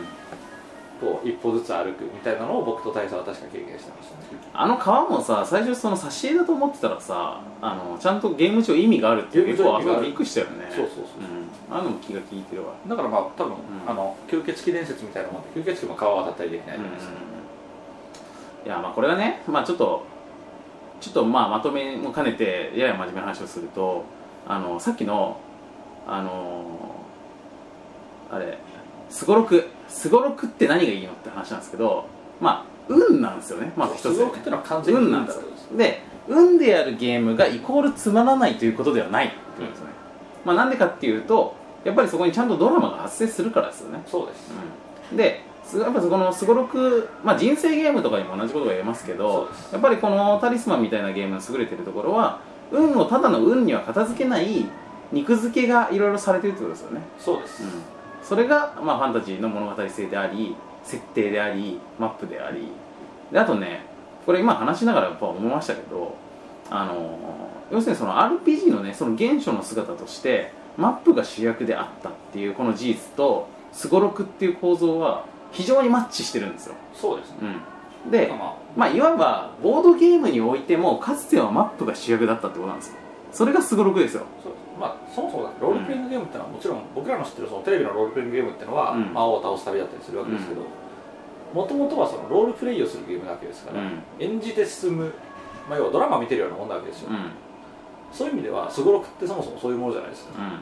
こう一歩ずつ歩くみたいなのを僕と大佐は確か経験してましたね
あの川もさ最初その挿絵だと思ってたらさあのちゃんとゲーム上意味があるっていう
ゲーム
結構
上意
あ
味
そ
があ
こ
る
びっくりしたよね
そうそうそうそ
ん、あのも気が利いてるわ
だからまあ多分、
ん
あの吸血鬼伝説みたいなもんで吸血鬼も川を渡ったりできないじゃないですか、
いやまあこれはね、まあ、ちょっとちょっとまあまとめも兼ねてやや真面目な話をするとあのさっきのあのあれすごろくすごろくって何がいいのって話なんですけどまあ運なんですよねまず一つ、
そう
ね、
すごくってのは完全に
運なんですよで運でやるゲームがイコールつまらないということではないってことですよね、まあなんでかっていうとやっぱりそこにちゃんとドラマが発生するからですよね
そうです、
ですやっぱそこのすごろく、まあ、人生ゲームとかにも同じことが言えますけ
そう
ど
です
やっぱりこのタリスマンみたいなゲームの優れてるところは運をただの運には片付けない肉付けがいろいろされてるってことですよね、
そうです、
うん、それが、まあ、ファンタジーの物語性であり設定でありマップでありであとねこれ今話しながらやっぱ思いましたけどあの要するにその RPG のねその原初の姿としてマップが主役であったっていうこの事実とすごろくっていう構造は非常にマッチしてるんですよ、
そうですね、
うん、で
まあ
まあいわばボードゲームにおいてもかつてはマップが主役だったってことなんですよそれがすごろくですよ
そうですまあ、そもそもだってロールプレイングゲームってのは、もちろん僕らの知ってるそのテレビのロールプレイングゲームってのは、
うん
魔王を倒す旅だったりするわけですけど
う
もともとはそのロールプレイをするゲームなわけですから、
うん
演じて進む、まあ、要はドラマ見てるようなもんなわけですよ、
うん
そういう意味ではすごろくってそもそもそういうものじゃないですか、
うん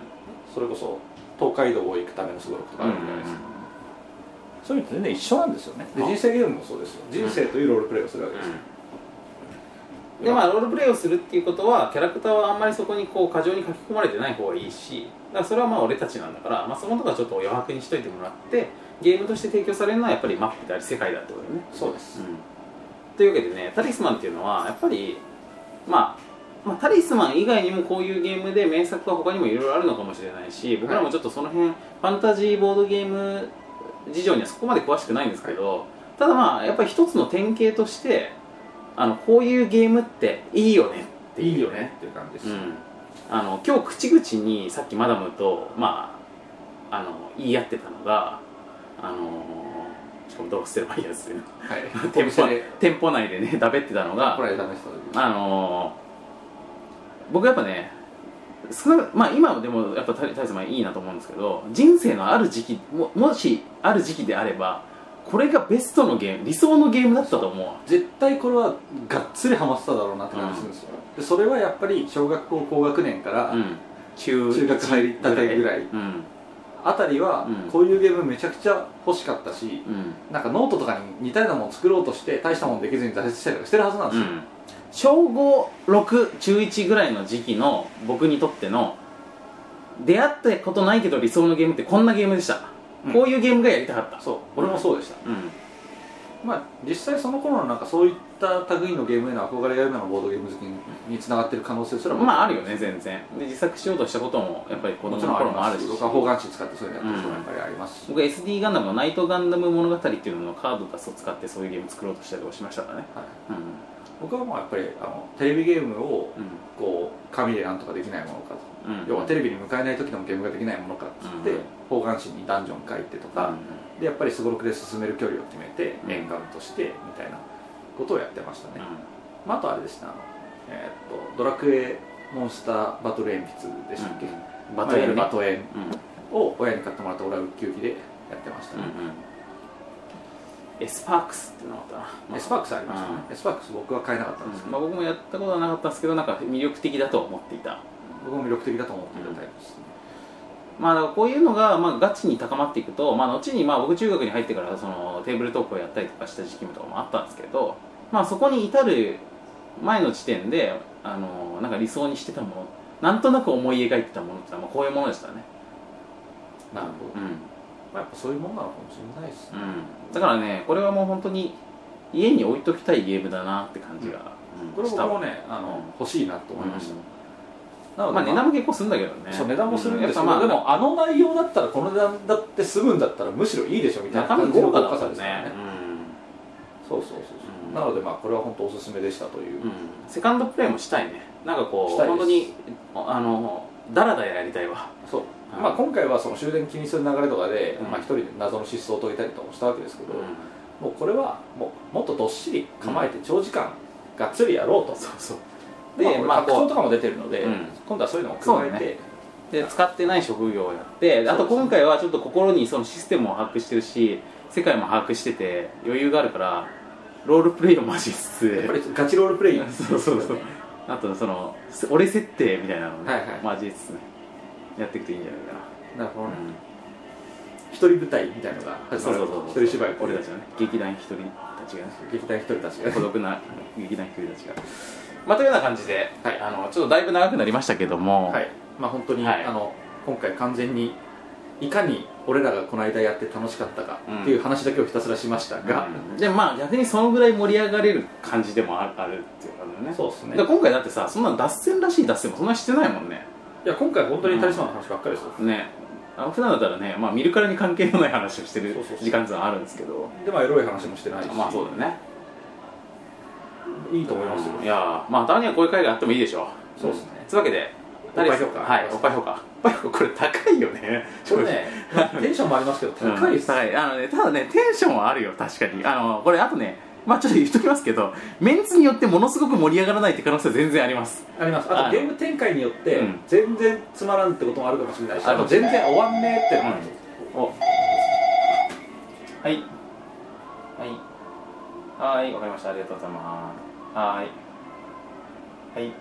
それこそ東海道を行くためのすごろくとかあるじゃないですか、そういう意味で全然一緒なんですよねで
あ
人生ゲームもそうですよ人生というロールプレイをするわけです、
でまあ、ロールプレイをするっていうことはキャラクターはあんまりそこにこう過剰に書き込まれてない方がいいしだからそれはまあ俺たちなんだから、まあ、そのとこはちょっとお余白にしといてもらってゲームとして提供されるのはやっぱりマップであり世界だってことだよね
そうです、
というわけでねタリスマンっていうのはやっぱり、まあ、まあタリスマン以外にもこういうゲームで名作は他にもいろいろあるのかもしれないし僕らもちょっとその辺、ファンタジーボードゲーム事情にはそこまで詳しくないんですけど、ただまあやっぱり一つの典型としてあのこういうゲームっていいよねっていう
いいよねっていう感じです、
うん、あの今日口々にさっきマダムと、まあ、あの言い合ってたのがあのしかもどうすればいいやつっていうの
はい
店舗
お店で
店舗内でねだべってたのが
これ試した時
あのー、僕やっぱね少なまあ今でもやっぱ大大様いいなと思うんですけど人生のある時期ももしある時期であればこれがベストのゲーム理想のゲームだったと思う
絶対これはがっつりハマってただろうなって感じするんですよ、でそれはやっぱり小学校高学年から
うん、中
中学入りたてぐらい
うん
あたりは
うん
こういうゲームめちゃくちゃ欲しかったし、
うん
なんかノートとかに似たようなもの作ろうとして大したものできずに挫折したりとかしてるはずなんですよ、
小56中1ぐらいの時期の僕にとっての出会ったことないけど理想のゲームってこんなゲームでした、
うん
こういうゲームがやりたかった
そう俺もそうでした、
うん
まあ実際その頃のなんかそういった類のゲームへの憧れや今のボードゲーム好きににつながってる可能性すらも
まああるよね全然で自作しようとしたこともやっぱり子
も
供
ちろん
の
あり
頃もあ
ま
る
す
し
し僕は方眼紙使ってそういうのやってる人もやっぱりありますし、
僕 SD ガンダムの「ナイトガンダム物語」っていうののカード出すを使ってそういうゲーム作ろうとしたりとかしましたからね
はい、
うん
僕はもうやっぱりあのテレビゲームを
うん
こう紙でなんとかできないものか
う
と
ん
要はテレビに向かえない時でもゲームができないものかっつって、
うん
方眼紙にダンジョン書いてとか、でやっぱりすごろくで進める距離を決めて
うん
円カウントしてみたいなことをやってましたね、まあ、あとあれですねあの、えーっとドラクエモンスターバトル鉛筆でしたっけ、
うんバトル
いわゆる
ね
バトエン
うん
を親に買ってもらった俺はウッキウキでやってましたね、
エスパークスっていうのがあったな、まあ
エスパークスありましたね、エスパークス僕は買えなかったんですけど、
まあ、僕もやったことはなかったんですけどなんか魅力的だと思っていた
僕も魅力的だと思っていたタイプですね、
まあだからこういうのがまあガチに高まっていくと、まあ、後にまあ僕中学に入ってからそのテーブルトークをやったりとかした時期とかもあったんですけど、まあ、そこに至る前の時点であのなんか理想にしてたものなんとなく思い描いてたものってのはまあこういうものでしたね、
なるほ
う
ど、ま
ん、
あ、やっぱそういうもんなのかもしれないですね、
うん、だからねこれはもう本当に家に置いときたいゲームだなって感じが、うん
これ
した
僕もねあの、
うん
欲しいなと思いました、
うん
なので
まあ値段も結構するんだけどね
そう値段もするんですけど、
うんやっぱ
で
まあ
もあの内容だったらこの値段だって済むんだったらむしろいいでしょみたいな
中身
の
豪華だっ
さ
た
で
ですす
から
ね
ねそうそうそうそう、
うん
なのでまあこれは本当おすすめでしたという、
うん、うんセカンドプレイもしたいねなんかこ
し
う
たいで
本
す
当にあのダラダラやりたいわ
そう
はい
まあ、今回はその終電気にする流れとかで、
うん
まあ、一人で謎の失踪を解いたりとかもしたわけですけど、
う
もうこれはもうもっとどっしり構えて長時間がっつりやろうと、
んそうそう
で、
で
まあ、
まあこう
拡張とかも出てるので、
うん
今度はそういうのを加え
そうだ
て
ねで使ってない職業をやってであ
そ
と
うですね
今回はちょっと心にそのシステムを把握してるし世界も把握してて余裕があるからロールプレイを交えつ
やっぱ
つ
りガチロールプレイ
そうそうそうあとそのす俺設定みたいなのをね、
はいはい
交えつつねやっていくといいんじゃないか
なるほど
な、
ね
うん
一人舞台みたいのが始
そ
ま
うそ
る
うそう
一人芝居
俺たちのね劇団一人たちがね
劇団一人たちが
孤独な劇団一人たちがまあというような感じで、
はい
あのちょっとだいぶ長くなりましたけども、
はい、まあ本当に、
はい
あの今回完全にいかに俺らがこの間やって楽しかったかっていう話だけをひたすらしましたが、
うんでまあ逆にそのぐらい盛り上がれる感じでもああるっていう感じだね
そうですね
で今回だってさそんな脱線らしい脱線もそんなしてないもんね
いや今回本当に大した話ばっかりですよ、
ねあの普段だったらね、まあ、見るからに関係のない話をしてる
そうそうそう
時間ってのはあるんですけど
でまあエロい話もしてないし、
まあそうだよね
いいと思いますよ、
いやーまあたまにはこういう会があってもいいでしょ
そうですね
つうわけで
おっぱい評価
はいおっぱい評価おっぱい評価これ高いよね
これね、テンションもありますけど、高いです、
うん高いあの、ね、ただねテンションはあるよ確かにあのこれあとねまあちょっと言っときますけどメンツによってものすごく盛り上がらないって可能性は全然あります
あります、
あ
あ
の
とゲーム展開によって
うん、
全然つまらんってこともあるかもしれないし、
あ
あ
る
と全然終わんねえってのもある、
おはいはいはいわかりましたありがとうございますはいはい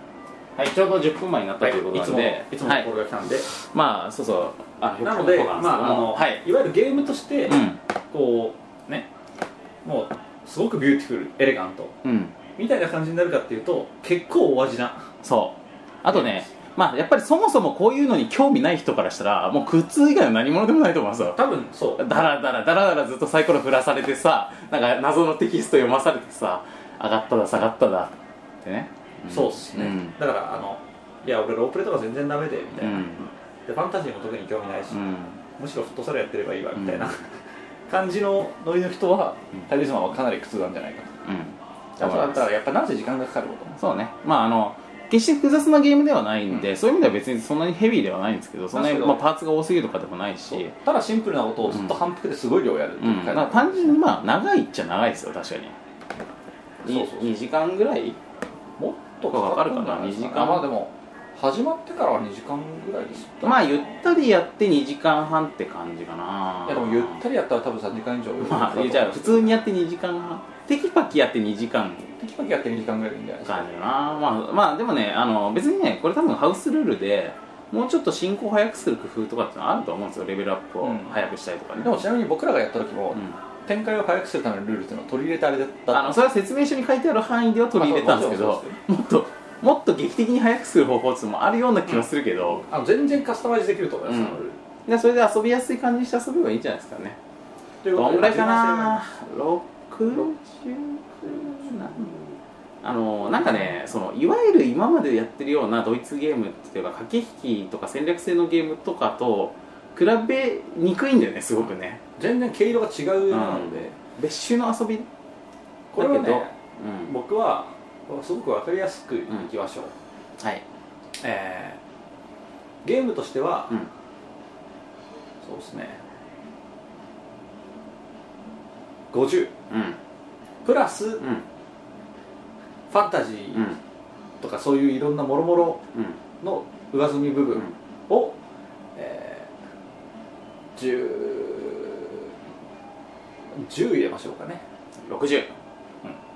はいちょうど10分前になったということ
い
な
つ
ん
も
で、
いつものこれが来たんで、
まあそうそうあ
なので、
評価
ま
なんすけど
ああ
も
の
はい
いわゆるゲームとして、
うん
こうねもうすごくビューティフルエレガント
うん
みたいな感じになるかっていうと結構お味な
そうあとねまあやっぱりそもそもこういうのに興味ない人からしたらもう苦痛以外の何者でもないと思いますよ
多分そう
だらだらだらだらずっとサイコロ振らされてさなんか謎のテキスト読まされてさ上がっただ下がっただってね、ん
そうっすね、
うん
だからあのいや俺ロープレとか全然ダメでみた
う
いな、
ん
でファンタジーも特に興味ないし、
うん
むしろフットサルやってればいいわみたいな、
うん
感じのノリの人は、
うん
タリスマンはかなり苦痛なんじゃないかと
うん
あとだったらやっぱなぜ時間がかかること
そうねまああの決して複雑なゲームではないんで、そういう意味では別にそんなにヘビーではないんですけどそんなに、
確
ま
か
あ、
に
パーツが多すぎるとかでもないし
そうただシンプルなことをずっと反復ですごい量やるって
う
い
ん、
う
だ
感
か
じ
ら単純にまあ長いっちゃ長いですよ確かに
そうそうそう
2時間ぐらい
もっと
かかるかな
二
二時間
まあでも始まってからは2時間ぐらいです
まあゆったりやって2時間半って感じかない
やでもゆったりやったら多分3時間以上
まあじゃあ普通にやって2時間半テキパキやって2時間
テキパキやって2時間ぐらいでいいんじゃないですか
感じかなまあまあでもねあの別にねこれ多分ハウスルールでもうちょっと進行を早くする工夫とかってのはあると思うんですよレベルアップを
うん
早くしたりとかね、
でもちなみに僕らがやった時も、
うん
展開を早くするためのルールっていうのを取り入れてあれだった
あのそれは説明書に書いてある範囲では取り入れたんですけ
まあ
ど
そうそう、
もっともっと劇的に早くする方法っていうのもあるような気はするけど、
あの全然カスタマイズできると思います、
うん
そのルール
でそれで遊びやすい感じにして遊べばいいんじゃないですかね
というこ
ど
と
ん
で
ぐらいかな
ま
60あのなんかねそのいわゆる今までやってるようなドイツゲームっていうか駆け引きとか戦略性のゲームとかと比べにくいんだよねすごくね
あ全然毛色が違うので、
別種の遊びだ
こ
け
れ
ど、
はね
うん
僕はすごく分かりやすくいきましょう、
はい
えーゲームとしては、
うん
そうですね50
うん
プラス、フ
うん
ァンタジー
うん
とかそういういろんなもろもろ
うん
の上積み部
う
分
ん
を、えー、10 10入れましょうかね
60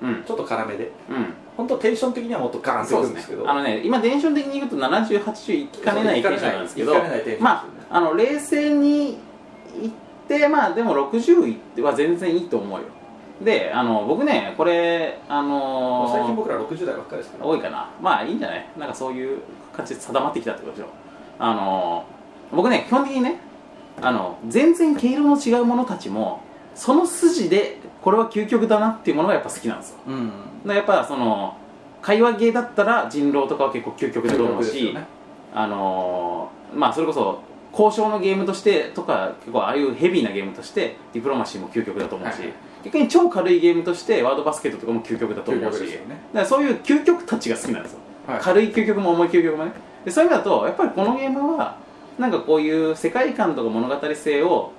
うん
ちょっと辛めで
うん
本当テンション的にはもっとガーンってく
そう
る
で
ん
す
で
ね
すけど
あのね今電ン的に言うと7080いきかねないテンションなんですけど
いきかねないテンションですよね
まああの冷静に言ってまあでも60は全然いいと思うよであの僕ねこれあ
も
の
う最近僕ら60代ばっかりですから
多いかなまあいいんじゃないなんかそういう感じで定まってきたってことでしょあの僕ね基本的にねあの全然毛色の違うものたちもその筋でこれは究極だなっていうものがやっぱ好きなんですよ
うん
だからやっぱその会話芸だったら人狼とかは結構究極でどう思う
です
し、
よね
あのーまあそれこそ交渉のゲームとしてとか結構ああいうヘビーなゲームとしてディプロマシーも究極だと思うし、
はい
逆に超軽いゲームとしてワードバスケットとかも究極だと思うし、
究極ですよね
だからそういう究極たちが好きなんですよ、
はい
軽い究極も重い究極もねでそういう意味だとやっぱりこのゲームはなんかこういう世界観とか物語性を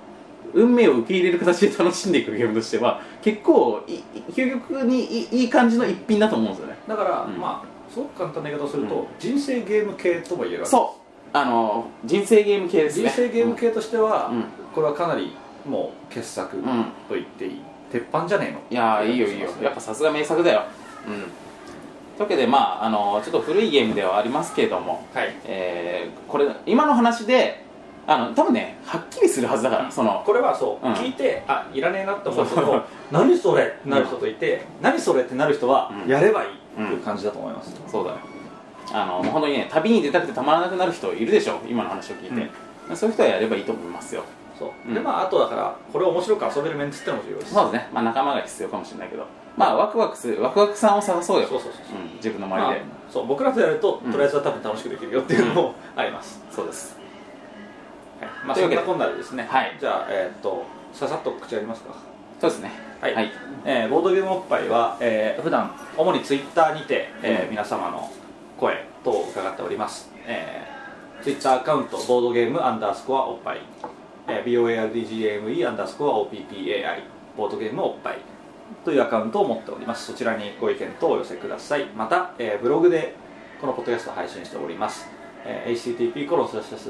運命を受け入れる形で楽しんでいくゲームとしては結構いい究極にいいいい感じの一品だと思うんですよね
だから、
うん
まあすごく簡単な言い方をすると、
うん
人生ゲーム系とも言えるわけ
そうあの人生ゲーム系ですね
人生ゲーム系としては、
うん
これはかなりもう傑作
うんうん
と言っていい、鉄板じゃねえの
いやーいいよいいよやっぱさすが名作だようんというわけでまああのちょっと古いゲームではありますけれども
はい
えーこれ今の話であの多分ねはっきりするはずだからその
これはそう、
うん
聞いてあいらねえなって思う人
そう
と何それってなる人といて、何それってなる人は、
うん
やればいいっていう感じだと思います、
そうだよあのもう本当にね旅に出たくてたまらなくなる人いるでしょ今の話を聞いて、そういう人はやればいいと思いますよ
そう、
うん
でまああとだからこれを面白く遊べるメンツってのも重要です
そうですねまあ仲間が必要かもしれないけどまあワクワクするワクワクさんを探そうよ
そうそうそうそう
うん、自分の周りで、
まあそう僕らとやると、
うん
とりあえずは多分楽しくできるよっていうのもあります、
そうです
はいまあ
という
そ
わ
ん
けで
なこんなでですね、
はい
じゃあえーっとささっと告知ありますか
そうですね
はい、
はい
えーボードゲームおっぱいは、えー普段主にツイッターにて、えー
うん
皆様の声等を伺っております、えツイッター Twitter アカウントボードゲームアンダースコアおっぱい、えー BOARDGME アンダースコア OPPAI ボードゲームおっぱいというアカウントを持っておりますそちらにご意見等をお寄せくださいまた、えーブログでこのポッドキャストを配信しております、えー http コロンスラッシュス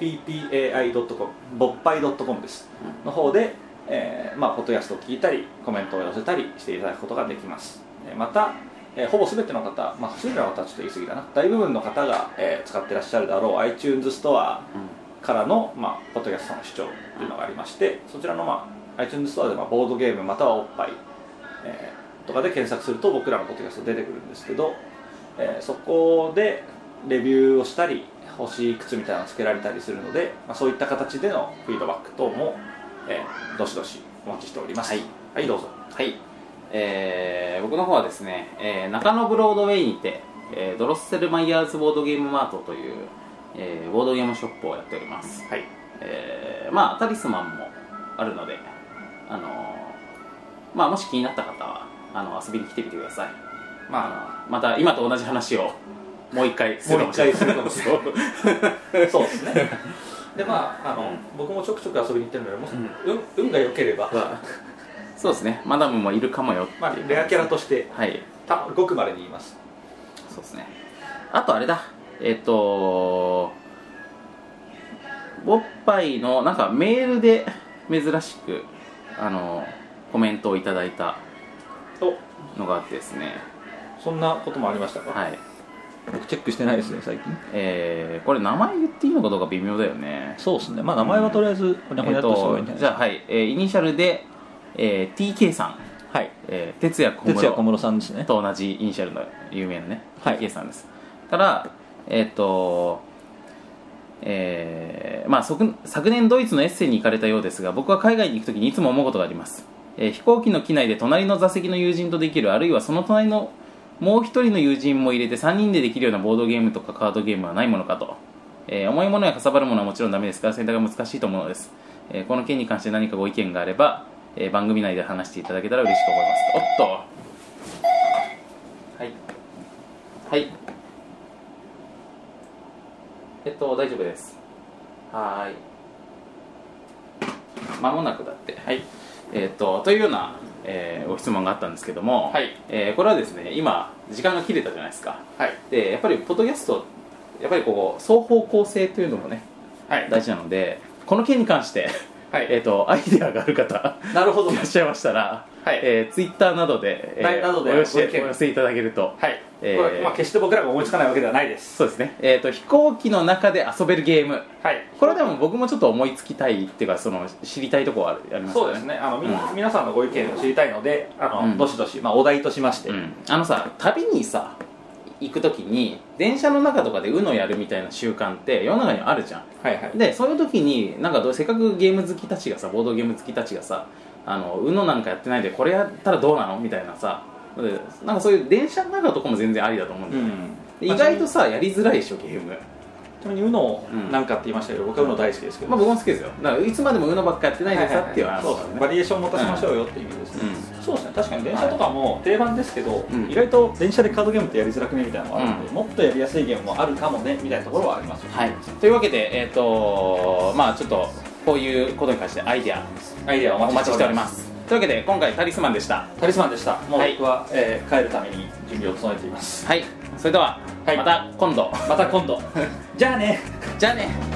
www.boppai.com ぼっぱい .com ですの方で、えーまあ、ポッドキャストを聞いたりコメントを寄せたりしていただくことができます、えーまた、えーほぼ全ての方、まあ、全ての方はちょっと言い過ぎだな大部分の方が、えー使ってらっしゃるだろう iTunes ストアからの、まあ、ポッドキャストの視聴というのがありましてそちらの、まあ、iTunes ストアで、まあ、ボードゲームまたはおっぱい、えーとかで検索すると僕らのポッドキャスト出てくるんですけど、えーそこでレビューをしたり星いくつみたいなのつけられたりするので、まあ、そういった形でのフィードバック等も、えーどしどしお待ちしております
はい、
はい、どうぞ
はい、えー僕の方はですね、えー中野ブロードウェイにて、えードロッセルマイヤーズボードゲームマートという、えーボードゲームショップをやっております、
はい
えーまあタリスマンもあるのであのーまあもし気になった方はあの遊びに来てみてください
ま
あのまた今と同じ話をもう一回するかもしれない
もう一回するかもしれあそうですねでまああの、
うん
僕もちょくちょく遊びに行ってるのでもし、
うん
運運が良ければ、
そうですねマダムもいるかもよっていう
まあ、レアキャラとして
はい
たごくまでに言います
そうですね。あとあれだ。えっ、と、おっぱいの、なんかメールで珍しく、あの、コメントをいただいた
お
のがあってですね。
そんなこともありましたか、
はい。
僕チェックしてないですね最近
えーこれ名前言っていいのかどうか微妙だよね。
そうですねまあ名前はとりあえずほにゃほにゃっとした方がいいんじゃない
じ
です
ゃ
か、
あ、はい。えーイニシャルで、えー TK さん、
はい
えー、哲也小室。
哲也小室さんですね
と同じイニシャルの有名なね、
はい
TK さんですからえっ、とえーまあ昨昨年ドイツのエッセイに行かれたようですが僕は海外に行く時にいつも思うことがあります、えー飛行機の機内で隣の座席の友人とできるあるいはその隣のもう一人の友人も入れて3人でできるようなボードゲームとかカードゲームはないものかと、えー重いものやかさばるものはもちろんダメですから選択が難しいと思うのです、えーこの件に関して何かご意見があれば、えー番組内で話していただけたら嬉しく思いますおっとはい。はい。えっと、大丈夫です。はーい。まもなくだって。はい。えっと、というような、えーご質問があったんですけども、
はい
えーこれはですね、今、時間が切れたじゃないですか。
はい
で、やっぱり、ポッドキャスト、やっぱりこう、双方向性というのもね、
はい
大事なので、この件に関して、
はい
えっと、アイデアがある方、
なるほど
いらっしゃいましたら、
はい
えツイッター Twitter などで、えー
などで
お寄せ
ご意見
お寄せいただけると、
はい、
えー
これまあ、決して僕らが思いつかないわけではないです
そうですね、えー、と飛行機の中で遊べるゲーム
はい
これでも僕もちょっと思いつきたいっていうかその知りたいとこはありますよ
そうですねあの、み
うん
皆さんのご意見を知りたいのであの、
うん
どしどし、まあ、お題としまして、
うん、あのさ旅にさ行く時に電車の中とかで UNO やるみたいな習慣って世の中にあるじゃん
はいはい
でそういう時になんかどうせっかくゲーム好きたちがさボードゲーム好きたちがさあの UNO なんかやってないでこれやったらどうなのみたいなさでなんかそういう電車の中とかも全然ありだと思うんだ
う
よね、
ん
でで意外とさやりづらいでしょゲーム
ちなみに UNO
うん
なんかって言いましたけど、僕は UNO 大好きですけど、
まあ僕も好きですよだからいつまでも UNO ばっかやってないでさっていう話
そう
だ
ですね
ね
バリエーションを持たしましょうよっていう意味ですね、そうですね確かに電車とかも定番ですけど、
うん
意外と電車でカードゲームってやりづらくねみたいなのがあるんで、もっとやりやすいゲームもあるかもねみたいなところはありますよね
はい、というわけで、えーとまあ、ちょっとこういうことに関してアイデア
アイデアを
お待ちしておりますというわけで今回タリスマンでした
タリスマンでしたもう
はい
僕は、えー帰るために準備を整えています
はいそれでは、
はい
また今度
また今度じゃあね
じゃあね